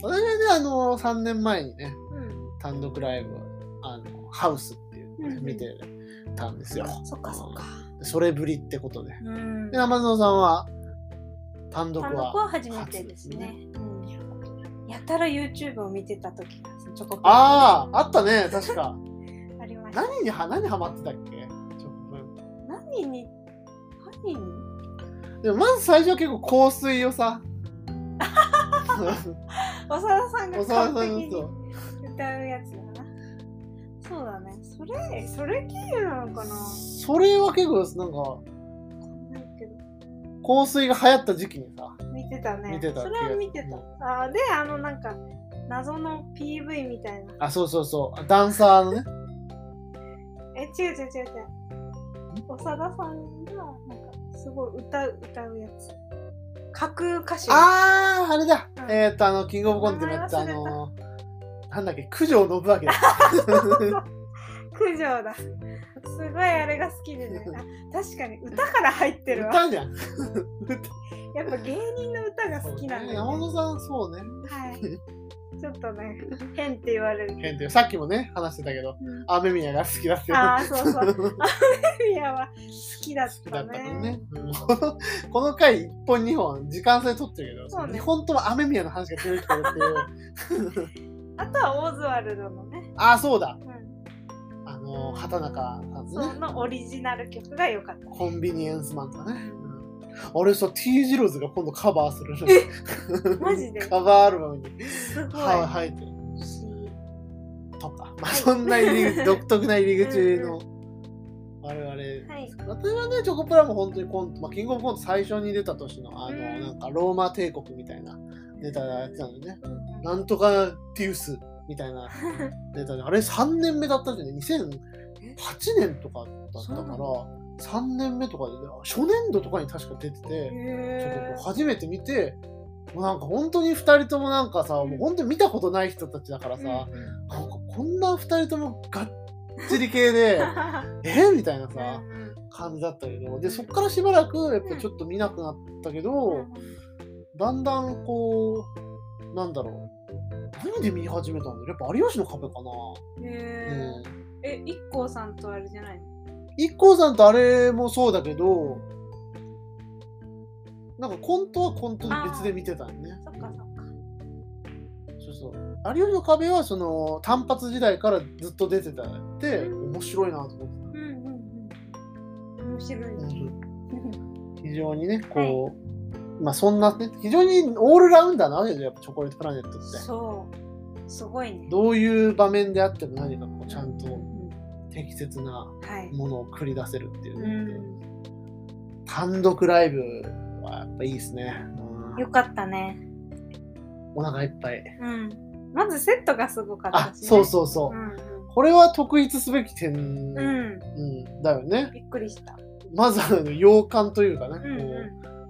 A: た私はねあの3年前にね
B: う
A: 単独ライブあのハウスっていうのをね
B: うんうん
A: 見てたんですよ、
B: ん。そっかそっか。
A: それぶりってことで
B: うん。
A: で天野さんは単独
B: 単独
A: は
B: は初めてですね。うんやたら YouTube を見てた時がチョコプラ
A: あああったね確か
B: ありました。
A: 何には何にハマってたっけちょっ
B: 何に何に
A: とでもまず最初は結構香水を さ
B: 長田さん
A: お
B: が
A: さら
B: 完
A: さん
B: 璧
A: の
B: に
A: そ
B: 歌うやつだな。そうだね。それ、それ経由なのか
A: う
B: なわ
A: それは結構なんか
B: かんないけど。
A: 香水が流行った時期にさ
B: 見てたね。
A: 見てた
B: それは見て
A: 気が
B: た。
A: す
B: あーで、あの、なんか、謎の PV みたいな。
A: あそうそうそうダンサーのね
B: え、違う違う違う違う。長田さんが、なんか、すごい歌う、歌うやつ。架空歌手。
A: あああれだ、
B: うん
A: えっ、とあのキングオブコントでもやったあ
B: 名前忘れた
A: のなんだっけ九条信明だ
B: 九条だ。すごいあれが好きで ね。あ確かに、歌から入ってるわ。
A: 歌じゃん
B: やっぱ芸人の歌が好きなんだ
A: 山
B: よ、ね。
A: 本さんそうね
B: はい。ちょっとね、変って言 われる。
A: 変ってさっきもね話してたけど
B: うん
A: 雨宮が好きだって
B: ああ、そうそう。 いやは好きだっ
A: 好きだっ
B: た
A: たも
B: ね。
A: んね。うん このこの回、1本、2本、時間差で撮ってるけ
B: そう
A: ど、
B: ね
A: 日本とも雨宮の話が出てくるって いう。
B: あとはオズワルドのね、
A: ああ、そうだ。
B: うん、
A: あの、畑中さん
B: そ
A: のね、
B: のオリジナル曲が良かった。
A: コンビニエンスマンとかね。俺さ、T ジローズが今度カバーするえ
B: マジで
A: カバーアルバムに
B: すごい。
A: は入ってる
B: 不思議
A: とか、まあ、
B: はい
A: そんな入り 口独特な入り口の我々
B: はい。
A: 私はね、チョコプラも本当にコント、まあ、キングオブコント最初に出た年の、あの、
B: うん
A: なんかローマ帝国みたいなネタやってたのね。
B: うん
A: なんとかデュースみたいなネタで、あれ3年目だったじゃんね。2008年とかだった
B: そう
A: か
B: な
A: ら
B: の、
A: 3年目とかで、初年度とかに確か出てて、ちょっと
B: へ
A: こう初めて見て、もうなんか本当に2人ともなんかさ、もう本当に見たことない人たちだからさ、
B: ー
A: なんかこんな2人ともがっちり系 で、えみたいなさ、感じだったけど、で、そっからしばらくやっぱちょっと見なくなったけど、だんだんこうなんだろう何で見始めたんだろうやっぱ有吉の壁か
B: うんへ
A: な、
B: ー
A: うん
B: え、一光さんとあれじゃないの
A: IKKO さんとあれもそうだけどなんかコントはコントで別で見てたよね
B: そっかそっか。
A: そうそう有吉の壁はその単発時代からずっと出てたって面白いなと思って
B: うんうんうん。面白い
A: た
B: ね。
A: 本当に非常にねこう、まあそんなね非常にオールラウンダーなわけでやっぱチョコレートプラネットって
B: そう。すごいね。
A: どういう場面であっても何かこうちゃん
B: う
A: と
B: ん
A: 適切な
B: はい。
A: ものを繰り出せるっていうう、
B: ん。
A: 単独ライブはやっぱいいですね、うん
B: よかったね。
A: お腹いっぱい
B: うん。まずセットがすごかった
A: あ
B: し、ね。
A: そうそうそう、
B: うん
A: これは特筆すべき点、うん
B: うん。う
A: だよね
B: ん。びっくりした。
A: まずあの洋館というかね、
B: うん
A: こ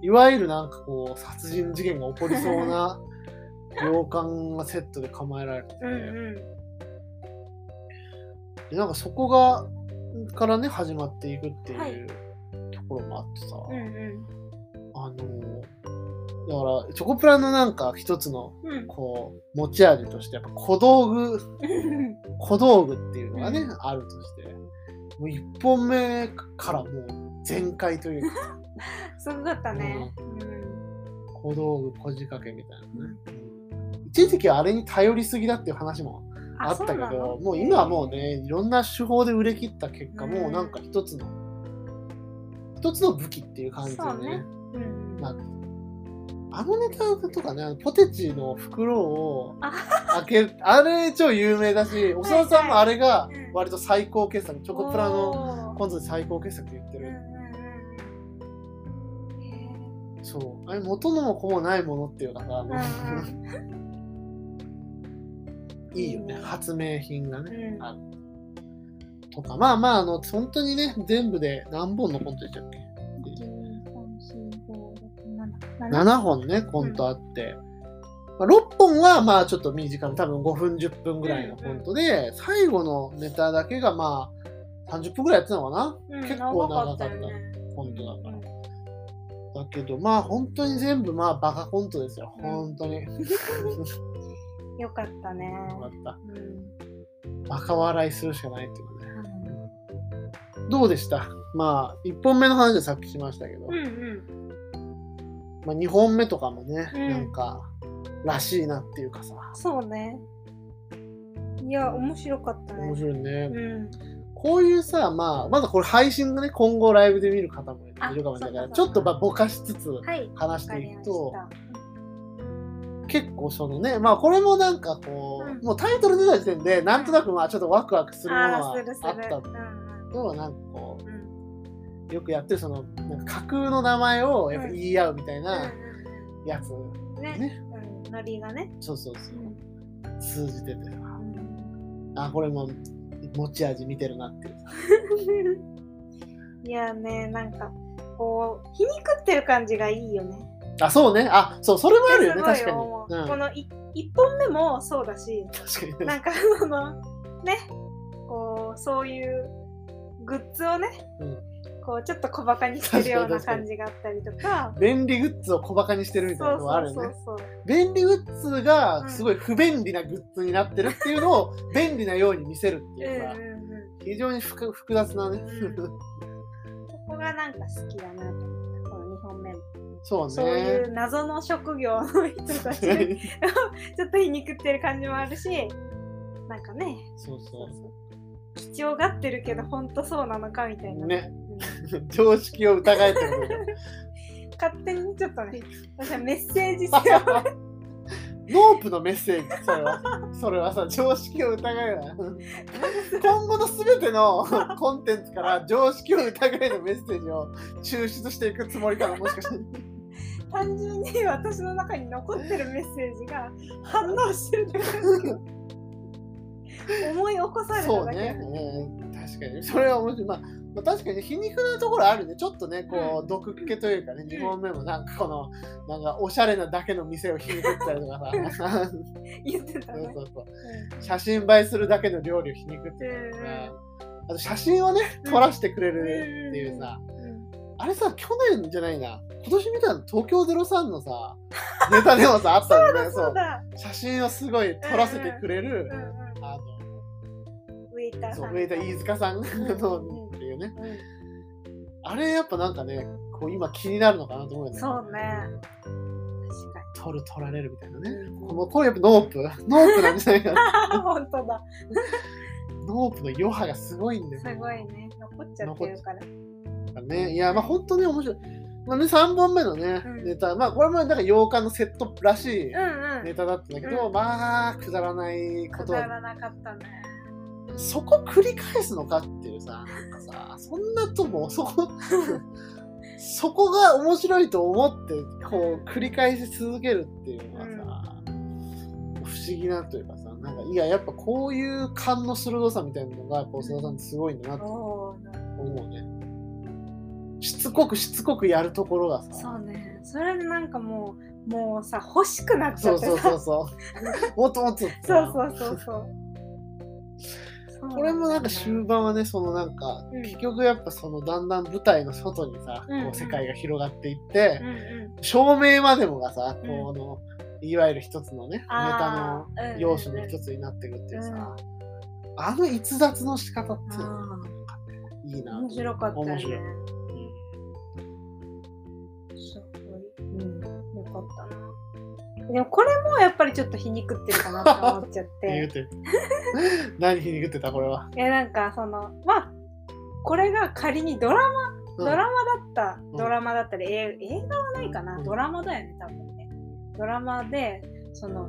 B: う
A: ういわゆるなんかこう殺人事件が起こりそう な洋館がセットで構えられてて、
B: ん。うんう
A: でなんかそこがからね始まっていくって
B: はい
A: いうところもあってさ、
B: ん。うんうん。
A: あのだからチョコプラのなんか一つの
B: うん
A: こう持ち味としてやっぱ小道具
B: うん
A: 小道具っていうのがね、
B: う
A: あるとしてもう1本目からもう全開というか
B: すごかったね。うん。
A: 小道具小仕掛けみたいなね、一時期はあれに頼りすぎだっていう話もあったけ
B: そうなの
A: どもう今はもうねいろんな手法で売れ切った結果、もうなんか一つの一つの武器っていう感じで
B: そうね
A: ね
B: うん。
A: まああのネタとかね、あのポテチの袋を
B: あ
A: 開け、あれ超有名だし、おささんもあれが割と最高傑作、チョコプラの
B: の
A: コントで最高傑作って言って
B: うんうん
A: る。
B: うんへえ
A: そう。あれ元のも子もないものっていうかさ、もう
B: うん
A: いいよね。発明品がね。
B: うん
A: あとか、まあまあ、あの、本当にね、全部で何本のコントでしたっけ
B: うん。
A: 7本ね、コントあって、まあ、6本はまあちょっと短め、多分5分、10分ぐらいのコントで、最後のネタだけがまあ30分ぐらいやってたのかな、結構長かった
B: よね
A: コントだから。だけど、まあ本当に全部まあバカコントですよ、
B: うん
A: 本当に。よ
B: よかったね。
A: かった。
B: うん
A: バカ笑いするしかないっていうかね。どうでしたまあ1本目の話でさっきしましたけど、
B: うんうん。
A: まあ、2本目とかもね、
B: うん
A: なんか、らしいなっていうかさ、
B: そうね。いや、面白かった
A: 面
B: ね。
A: 白いね。
B: うん。
A: こういうさ、まあ、まだこれ配信がね、今後ライブで見る方もいるか
B: あ
A: もしれないから、ち
B: そう
A: ょっ
B: かそうか
A: とまあぼかしつつ
B: はい。わ
A: 話し
B: か
A: て
B: り
A: い
B: ま
A: く
B: し
A: と、
B: た。
A: 結構そのね、まあこれもなんかこう、
B: うん
A: もうタイトル出た時点で、なんとなくまあちょっとワクワクするもの
B: あ
A: は
B: ーするす
A: あっ
B: る
A: た
B: うんうん
A: のは、なんかこ
B: うんうん
A: う、よくやってるその、なんか架空の名前をやっぱ言い合うみたいなやつ、
B: うんね
A: ね。
B: うんノリがね。
A: そうそうそうう、
B: ん
A: 通じててさ、あ、これも持ち味見てるなっていうさ。
B: いやね、なんか、こう、皮肉ってる感じがいいよね。
A: あ、そうね。あ、そう、それもあるよね、
B: すごい
A: 確かに。
B: 思う
A: うん、
B: こ
A: 確か
B: のい一本目もそうだし、
A: に。
B: なんかその、ね、こう、そういうグッズをね、
A: うん
B: こう、ちょっと小バカにしてるような
A: 確かに確かに
B: 感じがあったりとか、
A: 便利グッズを小バカにしてるみたいなのもあるよね。
B: そうそうそう
A: 便利グッズがすごい不便利なグッズになってるっていうのを便利なように見せるって
B: そう。うん
A: いう
B: う
A: か、
B: んうん。
A: 非常に複複雑なね。
B: そこがなんか好きだなと思った、この2本目も。
A: そうね。
B: そういう謎の職業の人たち、ちょっと皮肉ってる感じもあるし、なんかね、
A: そう
B: そう
A: そ
B: そう貴重がってるけど本当そうなのかみたいな、
A: ね
B: うん
A: う。常識を疑えってことだよ
B: 勝手にちょっとね私はメッ セージ性を
A: ノープのメッセージ、それは。それはさ、常識を疑えない。今後のすべてのコンテンツから常識を疑えのメッセージを抽出していくつもりかな、もしかして。
B: 単純に私の中に残ってるメッセージが反応してるだけ思い起こされ
A: そ
B: た
A: う
B: だけ、
A: ね、うん、確かにそれは面白い、まあ、まあ確かに皮肉なところあるねちょっとねこう、毒気というかね
B: ん
A: 2本目もなんかこのなんかおしゃれなだけの店を皮肉ったりとかさそう
B: 言ってたね。
A: そうそう写真映えするだけの料理を皮肉ってたりとか、あと写真をね撮らせてくれるっていうさ、
B: うん
A: あれさ去年じゃないな今年見たの東京03のさネタでもさあったんだよね そ
B: そう
A: う
B: だ、
A: 写真をすごい撮らせてくれる、
B: うんうん、
A: あの
B: ウェイター
A: そ
B: さ。
A: うん上田飯塚さんの
B: うん
A: っていうね
B: う
A: あれやっぱなんかね、こう今気になるのかなと思うよ
B: ん、
A: ね。
B: そうね。確か
A: 取る取られるみたいなね。
B: に。
A: このこれやっぱノープ、ノープなんじゃないかな。
B: ああ、本当だ。
A: ノープの余波がすごいんだよ
B: すごいね。残っちゃってるから。
A: ね。いや、まあ本当に面白い。まあね、3本目のね、
B: うん
A: ネタ、まあこれもなんか洋館のセットらしい
B: うんう
A: ネ
B: ん。
A: タだったんだけど、
B: うん
A: まあくだらないこ
B: く
A: と
B: だらなかったね。
A: そこ繰り返すのかっていうさ、なんかさ、そんなとも、そこ、そこが面白いと思って、こう、繰り返し続けるっていうのはさ、不思議なというかさ、なんか、いや、やっぱこういう勘の鋭さみたいなのが、やっぱ長田さんってすごいんだなと
B: おーな
A: 思うね。しつこくしつこくやるところが
B: そ
A: さ、
B: うね。それでなんかもう、もうさ、欲しくなっち
A: そ
B: ゃっ
A: う
B: て
A: そう
B: さ。
A: そうそう。もっともっとってさ。
B: そうそうそう そう。そう
A: これもなんか終盤はねそのなんか、
B: うん
A: 結局やっぱそのだんだん舞台の外にさ、
B: うん
A: こう世界が広がっていって
B: う、んうん。
A: 照明までもがさ
B: うん
A: この、いわゆる一つのねネタ
B: あー
A: の要素の
B: うん
A: 一つになってくっていうさ、
B: うんうん
A: あの逸脱の仕方っていうの
B: あ
A: いい
B: ー
A: な
B: 面白かったよね。
A: 面白い
B: すごい。うん。よかったな。でもこれもやっぱりちょっと皮肉ってるかなと思っちゃって。
A: 言うてる何皮肉ってたこれは、
B: いやなんかそのまあこれが仮にドラマ、
A: うん
B: ドラマだった、
A: ん
B: ドラマだったり映映画はないかな、
A: うん
B: ドラマだよね多分ねドラマでその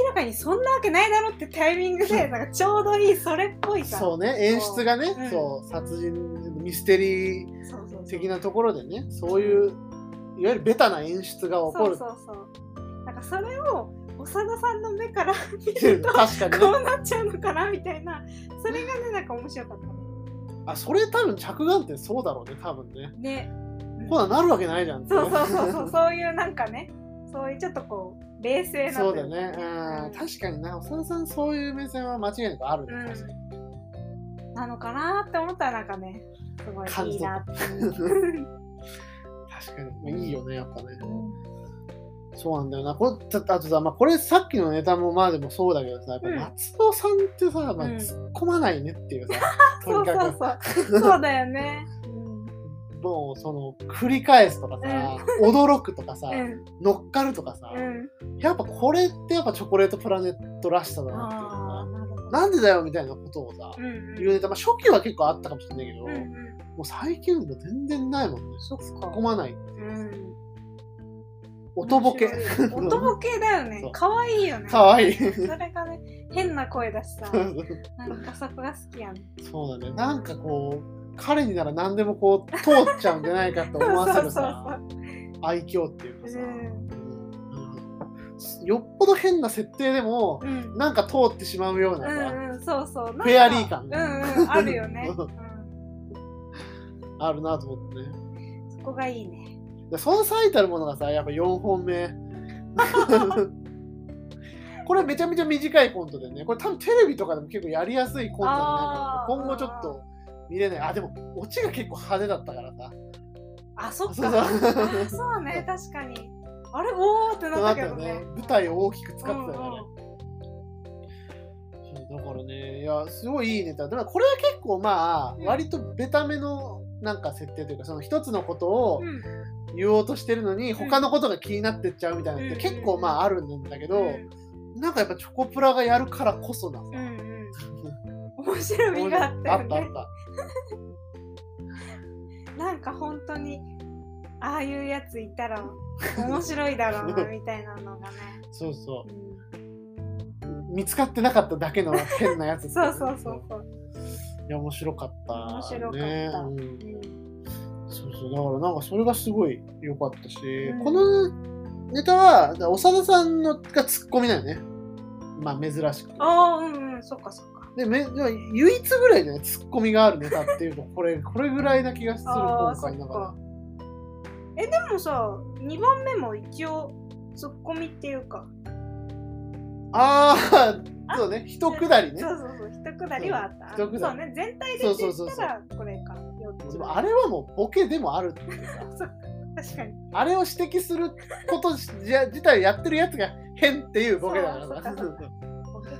B: 明らかにそんなわけないだろってタイミングで
A: う
B: なんかちょうどいいそれっぽいさ
A: そうね演出がね
B: う
A: そうん殺人ミステリー
B: そうそうそう
A: 的なところでねそういういわゆるベタな演出が起こ
B: そう
A: る
B: そうそうなんかそれを長田さんの目から見
A: ってい
B: る
A: う
B: と
A: 確かにね
B: こうなっちゃうのかなみたいなそれがねなんか面白かった
A: あそれ多分着眼点そうだろうね多分ね
B: ねね
A: こんなんなるわけないじゃんって
B: そうそうそうそうそういうなんかねそういうちょっとこう冷静な
A: そう
B: と
A: だ
B: いうか
A: ねうん確かにな長田さんそういう目線は間違いなくあるね、
B: うん
A: 確かに
B: なのかなって思ったらなんかねすご
A: 感
B: いい
A: じ
B: いな
A: た
B: って
A: 確かに、まあ、いいよねやっぱねそうなんだよなこれちょっとあとさ、まあ、これさっきのネタもまあでもそうだけどさやっぱ
B: うん
A: 松尾さんってさ、まあ、
B: うん
A: 突っ込まないねっていうさ、
B: そう
A: とに
B: そ
A: か
B: うそうそうだよ ねうん
A: くもうその繰り返すとかさ、驚くとかさ、
B: うん
A: 乗っかるとかさ、
B: うん
A: やっぱこれってやっぱチョコレートプラネットらしさだなっていうか
B: ああなるほど
A: なんでだよみたいなことをさ、
B: うんうん
A: 言うネタ、まあ、初期は結構あったかもしれないけど、
B: うん
A: も
B: うん
A: う最近もう全然ないもんね。
B: そっか
A: 突っ込まない。
B: うん
A: 音ボケ。
B: 面白い音ボケだよね
A: そう
B: 可愛いよね
A: かわいい。
B: それがね変な声だしさなんかそこが好きやね
A: そうだね。なんかこう、彼になら何でもこう、通っちゃうんじゃないかと思わせる
B: そう
A: さ、愛嬌っていうか
B: そうそ
A: さ、
B: う
A: うんよっぽど変な設定でも、
B: うんうん
A: なんか通ってしまうようなさ、
B: うんうん、そうそう。フ
A: フェアリー感
B: うんうん、ある よね。
A: う
B: う
A: あるなと思ってね。
B: ん、そこがいいね。
A: でその最たるものがさやっぱ4本 目これめちゃめちゃ短いコントでねこれ多分テレビとかでも結構やりやすいコントじゃ
B: あ
A: な
B: ー
A: いかな今後ちょっと見れないあでもオチが結構派手だったからさ
B: あ、そっか。
A: そう
B: あ
A: そう
B: そうね、確かに。あれ、おーってな
A: な
B: っ
A: った
B: け
A: たよ
B: どね。
A: ね舞台を大きく使ってたよね、
B: うんうん
A: そうだからねいやすごいいいネタだからこれは結構まあ
B: うん
A: 割とベタめのなんか設定というかその一つのことを
B: うん
A: 言おうとしてるのに
B: ん
A: 他のことが気になってっちゃうみたいなのって結構まああるんだけど、
B: うん
A: なんかやっぱチョコプラがやるからこそなさ。
B: うん うん。面白みがあったよ
A: あったあ
B: ね
A: っ。た。
B: なんか本当に、ああいうやついたら面白いだろうな、みたいなのがね。
A: そうそ
B: うん
A: う。見つかってなかっただけの変なや つ、
B: そうそうそう。そう。
A: いや面白かった、ね。
B: 面白かった
A: うん
B: うん
A: そうそうだからなんかそれがすごい良かったし、
B: ん
A: このネタはだから長田さんのがツッコミなのねまあ珍しく
B: ああ、うんうん、そっかそっか。
A: でめでも唯一ぐらいじゃないツッコミがあるネタっていうとこれこれぐらいな気がする
B: あ
A: 今
B: ーそっ
A: 回だ
B: か
A: か。
B: え、でもさ、2番目も一応、ツッコミっていうか、
A: らああーそうね一くだりね
B: そうそうそう、一くだりはあった。
A: そう一くだり
B: そうね、全体で
A: そう
B: って
A: そうそう
B: 言っ
A: そう
B: たら、これか。四つ
A: でもあれはもうボケでもあるっていうさ
B: そっか、確かに。
A: あれを指摘することじゃ自体やってるやつが変っていうボケだ
B: そ
A: か
B: うそ
A: ら
B: う
A: さ
B: そうボケか。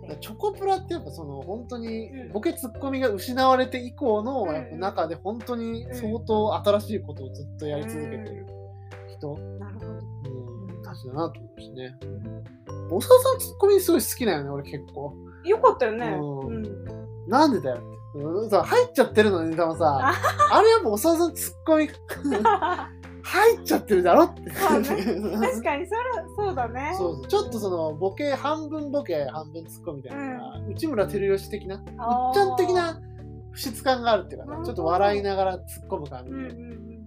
B: 失礼。
A: チョコプラってやっぱその本当に
B: うん
A: ボケツッコミが失われて以降の
B: うん
A: やっぱ中で本当に相当新しいことをずっとやり続けてる人、
B: うん。なるほど。
A: うん、たちだなと思いますね。おささんツッコミすごい好きなよね俺結構。
B: よかったよね。
A: う
B: うん。
A: なんでだよって。うんさ入っちゃってるのネタもさ
B: あ
A: あれやっぱおささんツッコミ 入っちゃってるだろって。
B: そうね確かに、それそうだね。
A: そうそうちょっとそのボケ半分ボケ半分ツッコミみたいな、内村光良的な
B: あー
A: うっちゃん的な不質感があるっていうか
B: なる
A: ね
B: ほ
A: ちょ
B: ど
A: っと笑いながら突っ込む感
B: うんうん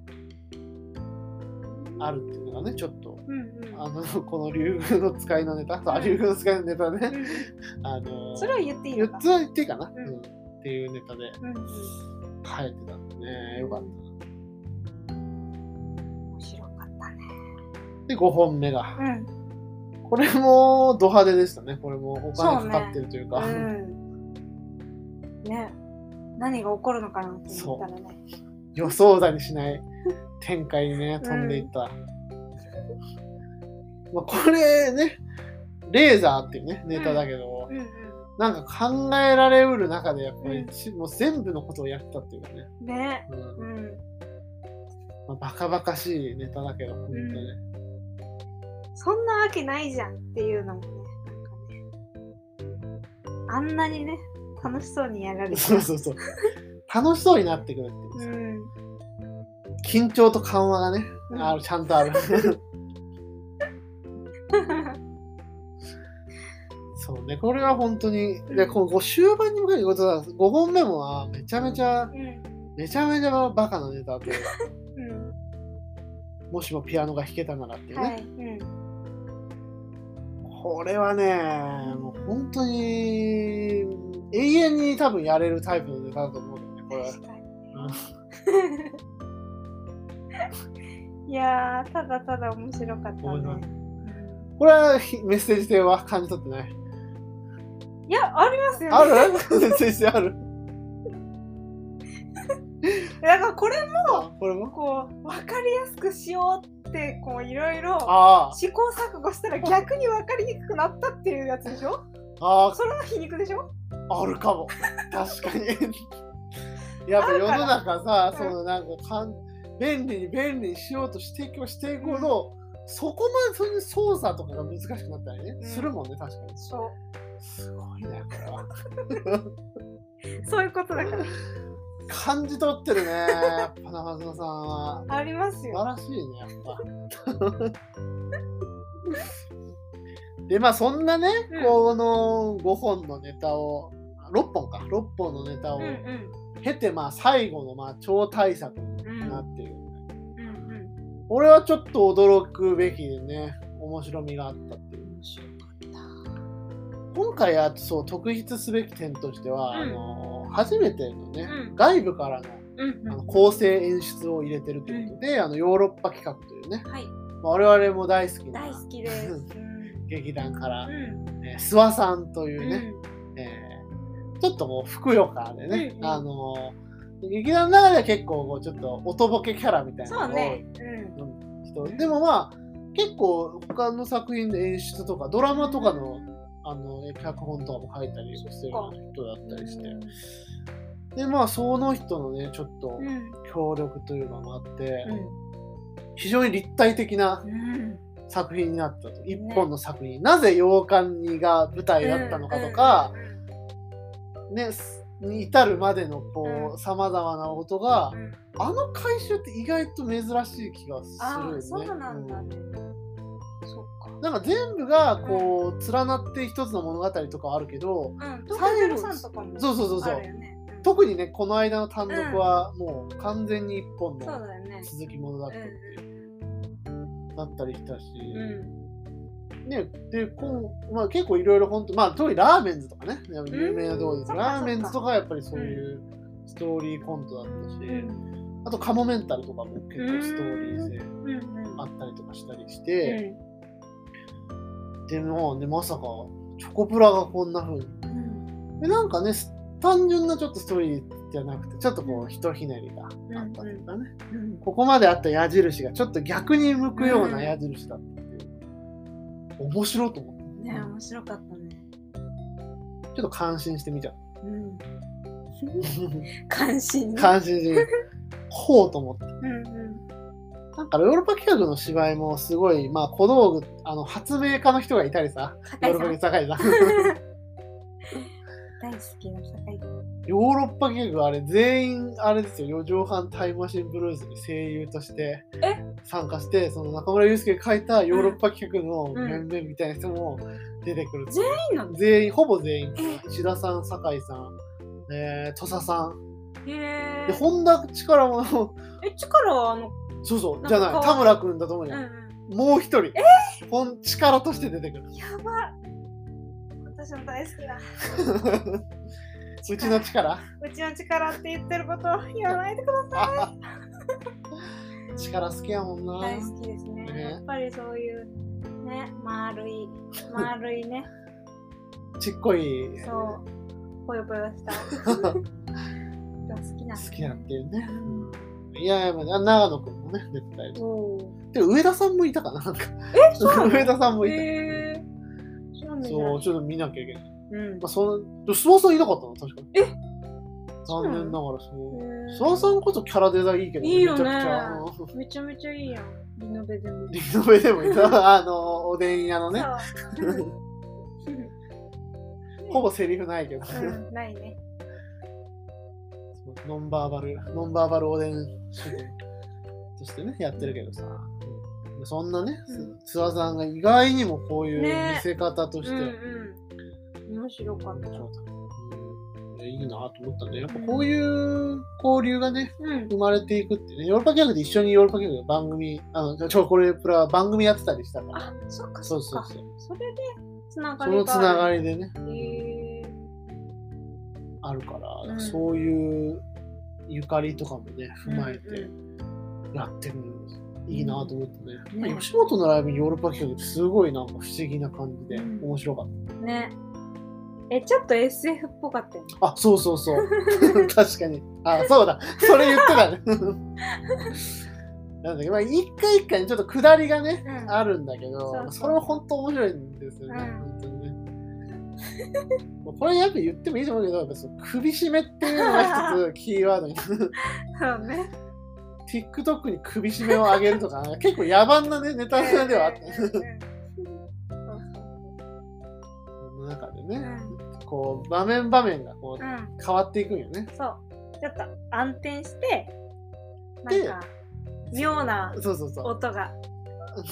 A: じがあるっていうのがねちょっと
B: うん。うんうん。
A: あの この竜宮の使いのネタあ竜宮の使いのネタね
B: うん
A: あの
B: それは言っていいの
A: 4
B: か。
A: つは言っていいかな、
B: うん
A: うんっていうネタで
B: うんうん。
A: 生えてたんでねよかった
B: 面白かったね。
A: で5本目が
B: うん。
A: これもド派手でしたねこれもお金かかってるというか
B: うんね何が起こるのかなって思ったらね
A: 予想だにしない展開にね飛んでいった、まあ、これねレーザーっていうねネタだけど、
B: うん
A: なんか考えられうる中でやっぱり、
B: うん
A: ちもう全部のことをやったっていうかね、
B: うんね
A: うん
B: うん
A: まあ、バカバカしいネタだけど本当にね、
B: そんなわけないじゃんっていうのもねなんかねあんなにね楽しそうにやられて
A: そうそうそう楽しそうになってくるって
B: う
A: いう、
B: ん
A: 緊張と緩和がね、
B: うん
A: あるちゃんとあ るそうねこれは本当にでこのこう終盤に向けてことだ5本目もはめちゃめちゃ
B: うん
A: めちゃめちゃバカなネタで
B: う
A: もしもピアノが弾けたならってい
B: ん
A: うね、
B: はいうん
A: これはね、もう本当に永遠に多分やれるタイプのネタだと思うんだよね、これ。
B: 確かにいやーただただ面白かったね
A: 面白かっ
B: うん
A: これはひメッセージ性は感じ取ってない。
B: いやありますよね
A: ある メッセージ性ある
B: だからこれ
A: あこれも
B: こう分かりやすくしようってこういろいろ
A: あ
B: 試行錯誤したら逆に分かりにくくなったっていうやつでしょ
A: あ、あ
B: それが皮肉でしょ
A: あ、あるかも。確か に。やっぱ世の中さ、
B: ある
A: そ
B: から
A: のなんかかん便利に便利にしようとしていけばしていくほど、そこまでそういう操作とかが難しくなったりね、
B: ん
A: するもんね、確かに。
B: そ
A: すごいね、これは。
B: うそういうことだから
A: 感じ取って るね、やっぱ長澤さんは。
B: あります
A: 素
B: よ
A: 晴らしいね、やっぱ。で、まあそんなね、
B: うん
A: この5本のネタを、6本か、6本のネタ
B: う
A: を
B: んうん
A: 経て、まあ最後のまあ超大作に
B: うん
A: なっている。
B: うんうん
A: 俺はちょっと驚くべきでね、面白みがあったっていう。今回はそう特筆すべき点としては、
B: うん
A: あの初めてのね、
B: うん
A: 外部からの
B: うん
A: あの構成演出を入れてるということで、あのヨーロッパ企画というね、
B: はい
A: まあ我々も大好きな
B: 大好きですうん
A: 劇団から、
B: うん
A: えー諏訪さんといううんね、えーちょっとこうふくよかでね、
B: うんうん
A: あのー劇団の中では結構こうちょっとおとぼけキャラみたい
B: そ
A: な
B: う
A: のが多
B: ね
A: い
B: うん
A: 人、でもまあ結構他の作品で演出とかドラマとかのあの脚本とかも書いたりするような人だったりして、でまあその人のねちょっと
B: うんうん
A: 協力というのもあって、非常に立体的な
B: うん
A: 作品になったと一本の作品、なぜ洋館にが舞台だったのかとか、ねすに至るまでの
B: う
A: こ
B: ん
A: うさまざまなことが
B: うんうん
A: あの回収って意外と珍しい気がす
B: あ
A: るよ
B: あ
A: ね。
B: そうなんだねそっ
A: う
B: か
A: んなんか全部がこう連なって一つの物語とかはあるけど、
B: うん東京03とかも
A: そうそうそうそ
B: あ
A: う
B: るよね
A: 特にねこの間の単独はもう完全に一本
B: そう
A: の
B: だよね。
A: 続きものだったってなったりしたし、
B: うん。
A: ねでこう、まあ、結構いろいろ本当まあ特にラーメンズとかね有名なところです、
B: そっかそっか
A: ラーメンズとかはやっぱりそういううストーリーコントだったし、
B: うん。
A: あとカモメンタルとかも結構ストーリー性
B: うん。
A: あったりとかしたりして、でもねまさかチョコプラがこんな風に
B: うん。
A: でなんかねす単純なちょっとストーリーじゃなくてちょっとこうひとひねりがあったというかね、
B: うん。
A: ここまであった矢印がちょっと逆に向くような矢印だったっていう、面白いと思って
B: ね面白かったね。
A: ちょっと感心してみちゃっ
B: うん。
A: た
B: 関心 ね。
A: 感心してほうと思って
B: うんうん。
A: なんかヨーロッパ企画の芝居もすごいまあ小道具あの発明家の人がいたりさヨ
B: 酒
A: ー
B: 井
A: ロ
B: さ
A: ッパ
B: ん
A: 酒井さん
B: 大好きな酒井さん。
A: ヨーロッパ企画あれ全員あれですよ四畳半タイムマシンブルースに声優として
B: え
A: 参加してその中村祐介が書いたヨーロッパ企画の
B: うん
A: 面々みたいな人も出てくる、
B: いいなの。
A: 全員ほぼ全員石田さん酒井さんえー土佐さん
B: へ
A: で
B: え。
A: 本田力もそ
B: え力はあの。
A: うそう
B: なんか
A: じゃない
B: かわいい
A: 田村君だと思う
B: うん
A: じゃん、
B: う
A: もう一人ほん力として出てくる
B: ん。やば。私も大好きな。
A: うちの力
B: うちの力って言ってることを言わないでください。
A: 力好きやもんな
B: 大好きですね。
A: ね
B: やっぱりそういうね、丸い、丸いね、
A: ちっこい
B: そう、ぽよぽよした が
A: 好
B: 好きなんです
A: きなんていうね
B: うん
A: いやいや、まあ長野くんもね、出てたりとか
B: おー
A: で、上田さんもいたかな、なんか。
B: え、そうなの
A: 上田さんもいた。
B: へえそうなんだ
A: そう、ちょっと見なきゃいけない。
B: うん
A: まあ、その、でも諏訪さんいなかったの、確かに。
B: え
A: 残
B: なの
A: 念ながら、そう。
B: へー
A: 諏訪さんこそキャラデザいいけど、
B: いいよね
A: めちゃくちゃ。
B: めちゃめちゃいいやん、リノベでも。
A: リノベでもい た、あの、おでん屋のね、
B: そう。
A: ほぼセリフないけど、
B: うん、 な いね。
A: ノンバーバル、ノンバーバルおでん主義としてね、やってるけどさ。そんなね、
B: うん
A: 諏訪さんが意外にもこういう
B: ね
A: 見せ方とし
B: う
A: て、
B: んうん。面白かった。
A: うんいいなと思ったんで、やっぱこういう交流がね、
B: うん。
A: 生まれていくってね、ヨーロッパ企画で一緒にヨーロッパ企画の番組、あの、チョコレープラ番組やってたりしたから、
B: あ、そっか
A: そ
B: そ
A: そう
B: うっか。
A: そう。
B: それで、つなが
A: その
B: りがある。
A: つながりでね、
B: へー
A: あるから、
B: うん
A: そういうゆかりとかもね、踏まえて
B: う
A: やってる、いいなと思ってね。
B: うん
A: まあ吉本のライブにヨーロッパ企画ってすごいなんか不思議な感じで、
B: うん
A: 面白かっ
B: んうんねえちょっと SF っぽかったよね
A: た。あ、そうそうそう。 確かに。あ、そうだ。それ言ってたね。 なんだけど、まあ、一回一回にちょっと下りがね、
B: うん
A: あるんだけど、
B: そう
A: そ
B: そう
A: れも本当面白いんですよね、
B: うん
A: 本当にね。もうこれやっぱ言ってもいいと思うけど、やっぱその首絞めっていうのが一つキーワードに。
B: そうね
A: TikTok に首絞めを上げるとか、結構野蛮な、ね、ネタではあった。
B: うんうんうん
A: その中で
B: う
A: ね、
B: ん
A: こう場面場面がこ
B: う
A: うん変わっていくんよね。
B: そうちょっと暗転して
A: で
B: なんか妙な
A: そうそうそう。
B: 音が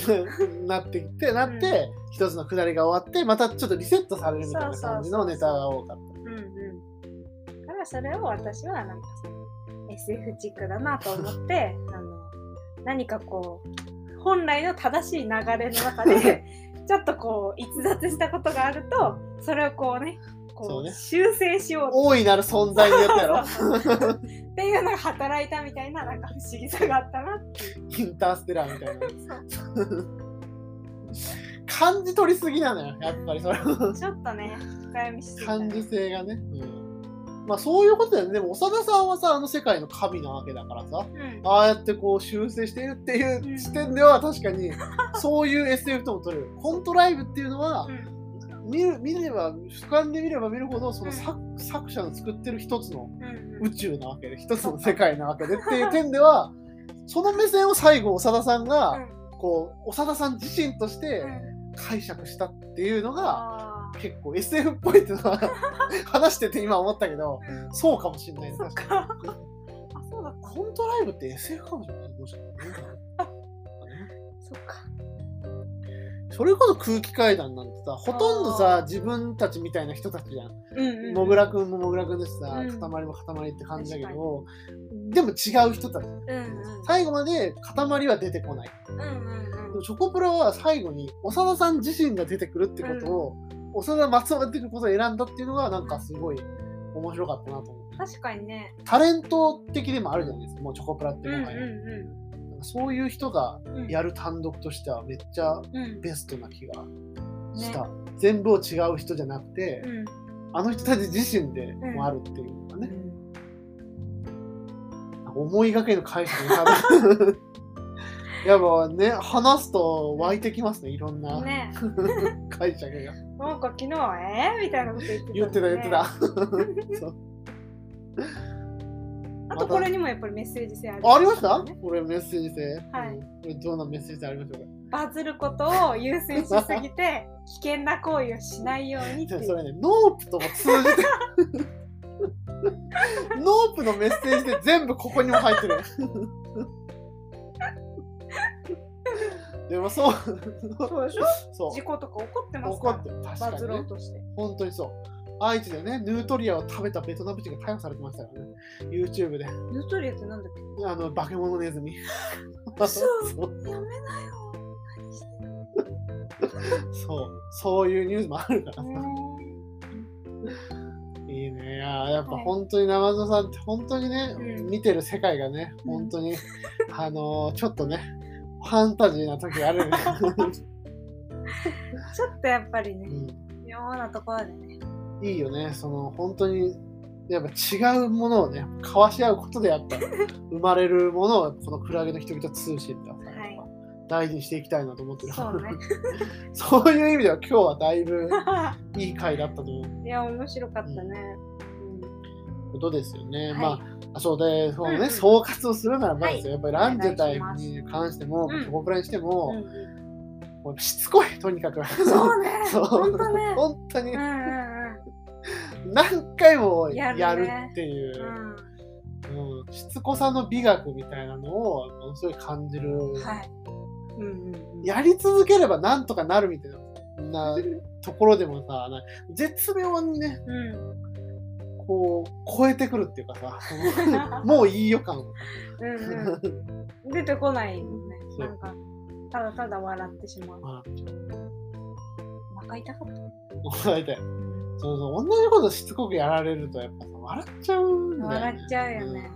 A: なってきて、なって、一つの下りが終わって、またちょっとリセットされるみたいな感じのネタが多かった。
B: うんうんだからそれを私はなんかその SF チックだなと思って あの何かこう本来の正しい流れの 中でちょっとこう逸脱したことがあるとそれをこうね
A: そ
B: こ
A: う
B: う
A: ね
B: 修正しようと
A: 大いなる存在にやったや ろ。
B: っていうのが働いたみたいななんか不思議さがあったなって
A: インターステラーみたいな。 感じ取りすぎなのよ、やっぱりそれは。
B: ちょっとね深読みしすぎた
A: 感
B: ね
A: 受性がね。うんまあそういうことだよね。でも長田さんはさ、あの世界の神なわけだからさ、
B: うん
A: ああやってこう修正しているっていう視点では確かに、そういう SF とも取れる。コントライブっていうのは、
B: うん
A: 見る見れば、俯瞰で見れば見るほど、その作,、作者の作ってる一つの
B: うんう
A: 宇宙なわけで、一つの世界なわけでっていう点では、その目線を最後、長田さんが、
B: ん
A: こう長田さん自身として
B: うん
A: 解釈したっていうのが、
B: あー
A: 結構 SF っぽいっていうのは 話してて今思ったけど
B: うん
A: そうかもしれないね
B: そっ
A: 確
B: か
A: かに
B: あそうだった
A: コントライブって SF かもしれないもしかしたらね
B: そっか
A: それこそ空気階段なんてさほとんど
B: あ
A: さ
B: ー
A: 自分たちみたいな人たちじゃん
B: うんうん
A: もぐらくんももぐらくんですさ、
B: うん
A: 塊も塊って感じだけどでも違う人たち
B: うんうん
A: 最後まで塊は出てこない
B: うんう
A: で
B: んう
A: も
B: ん
A: チョコプラは最後に長田さん自身が出てくるってことを、長田松尾が出てくることを選んだっていうのがなんかすごい面白かったなと思う
B: 確かにね
A: タレント的でもあるじゃないですかもうチョコプラって
B: うん
A: も
B: う
A: はや、
B: ん
A: なんかそういう人が
B: うん
A: やる単独としてはめっちゃ
B: うん
A: ベストな気がした、全部を違う人じゃなくて、
B: うん
A: あの人たち自身で
B: ん
A: もあるっていうのがね、
B: うん
A: なんか思いがけの解釈が多分 やっぱね話すと湧いてきますねいろんな
B: ね
A: 解釈が
B: なんか昨日はえーみたいなこと言ってた、ね、
A: 言ってた言ってた そう
B: あとこれにもやっぱりメッセージ性ある
A: あありました
B: ね
A: これメッセージ性
B: はい
A: これどんなメッセージ性ありましたか
B: バズることを優先しすぎ て危険な行為をしないようにって
A: じゃあ
B: い
A: そうれねノープとも通じて ノープのメッセージで全部ここにも入ってる でもそう
B: そうでしょ
A: そう
B: 事故とか起こってます
A: 怒
B: から
A: ってる確か
B: バズ
A: に、
B: ろ
A: ね
B: う、として
A: 本当にそう愛知でねヌートリアを食べたベトナム人が逮捕されてましたからね YouTube で
B: ヌートリアってなんだっ
A: あの化け物ネズミ
B: 嘘
A: そう
B: けやめなよ何してん の
A: そうそういうニュースもあるからさ、
B: ね
A: いいねいやーやっぱ
B: はい
A: 本当に生田さんって本当にね、
B: うん
A: 見てる世界がね
B: うん
A: 本当に、あのーちょっとねファンタジーな時があ るよね、
B: ちょっとやっぱりね
A: う
B: 妙なところでね
A: ん、いいよねその本当にやっぱ違うものをね交わし合うことでや っぱ生まれるものをこのクラゲの人々通信ってやっぱ
B: はい
A: 大事にしていきたいなと思ってる
B: そうね
A: そういう意味では今日はだいぶいい回だったと思う
B: いや面白かったね、
A: ことですよね、
B: うん
A: まああそうでそうね、
B: うんうん
A: 総括をするならばですよ、やっぱりランジェタイ
B: お願い
A: に関しても、
B: うん
A: チョコプラにして
B: うん
A: も、
B: うん
A: もうしつこいとにかく
B: そうね
A: そう
B: 本当 ね
A: 本当に
B: うんう
A: 何回もや
B: やるね
A: るってい
B: ん
A: う、
B: うんうん
A: うんしつこさの美学みたいなのをものすごい感じる、
B: はい。うんうんうん。
A: やり続ければなんとかなるみたいななところでもさな絶妙にね
B: うん。
A: こう超えてくるっていうかさ そのもういい予感
B: うんうん。出てこないもんね。
A: そう
B: なんか、ただただ笑ってしまう。
A: まあ
B: お腹痛かった。
A: 大体そうそう同じことしつこくやられるとやっぱさ笑っちゃうんだよ、ね、
B: 笑っちゃうよね。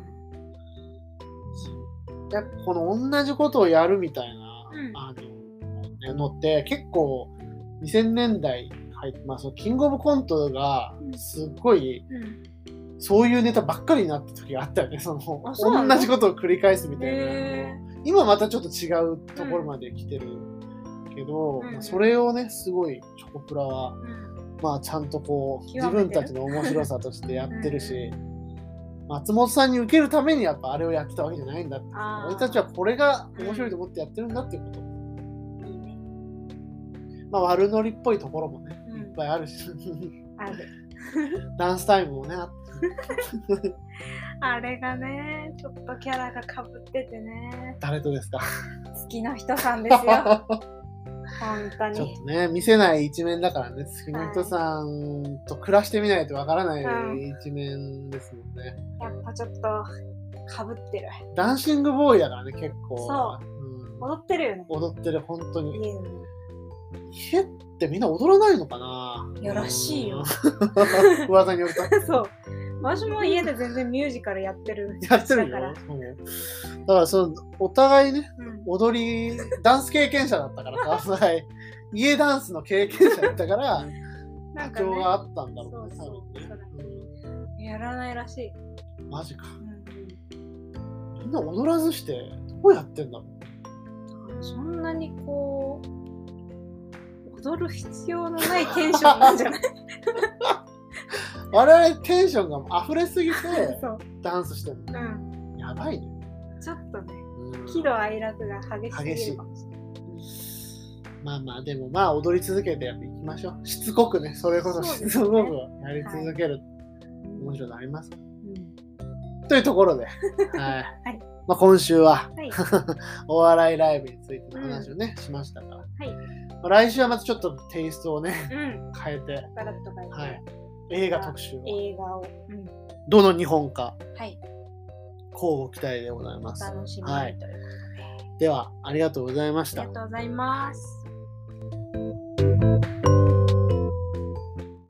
A: うんやっぱこの同じことをやるみたいな、
B: うん
A: あのねのって結構2000年代入って、まあ、そのキングオブコントが
B: うん
A: すっごい
B: うん。
A: そういうネタばっかりになった時があったよねその
B: あそうなの
A: 同じことを繰り返すみたいな、
B: へ
A: 今またちょっと違うところまで来てるけど、
B: うん
A: まあそれをねすごいチョコプラは
B: うん
A: まあ、ちゃんとこう
B: 極
A: 自
B: めてる
A: 分たちの面白さとしてやってるし松本さんに受けるためにやっぱあれをやってたわけじゃないんだって
B: あー
A: 俺たちはこれが面白いと思ってやってるんだっていうこと、
B: いいね。
A: まあ、悪ノリっぽいところもね、
B: うん
A: いっぱいあるし
B: あれ。
A: ダンスタイムもねあっ
B: あれがね、ちょっとキャラがかぶっててね。
A: 誰とですか
B: 好きな人さんですよ。 本当
A: ちょっ
B: に
A: と。ね見せない一面だからね月の人さんと暮らしてみないとわからない一面ですもんね、
B: やっぱちょっと、かぶってる。
A: ダンシングボーイだからね結構、
B: そう
A: ん
B: 踊ってるよね。
A: 踊ってる本当に
B: 家でね
A: 家ってみんな踊らないのかない
B: やらしいよ。
A: うん 噂による と。
B: そう。私も家で全然ミュージカルやってる。
A: やってる
B: だから
A: よ。そうだからその、お互いね、
B: うん
A: 踊り、ダンス経験者だった からさ、お互い家ダンスの経験者だったから、
B: なん
A: 波
B: か
A: 長
B: ね
A: があったんだろうね、
B: そうそう
A: 多分ね
B: そやらないらしい。
A: うんマジか。
B: う
A: みんな踊らずして、どうやってんだろう。
B: ん、そんなにこう踊る必要のないテンションなんじ ゃない
A: 我々テンションが溢れ すぎて、
B: そう、
A: ダンスしてるの。
B: うん、
A: やばいね。
B: ちょっとね
A: うん
B: 喜怒哀楽が激しすぎる
A: 激しい
B: かもしれない
A: まあまあでもまあ踊り続けてやっていきましょうしつこくねそれこそ
B: そう
A: し
B: で
A: つ
B: すね
A: こくやり続ける、面白いのあります
B: うん
A: というところで、はい、まあ、今週は
B: はい。
A: お笑いライブについての話をね、しましたから、まあ来週はまたちょっとテイストをね
B: うん。
A: 変えて、
B: ガラッと変えて、
A: はい、映画特集を
B: 映画を。うん。
A: どの日本か
B: はい。
A: 交互期待でございま
B: お
A: す
B: 楽しみ
A: は
B: に
A: い
B: ということで。
A: ではありがとうございました
B: ありがとうございます。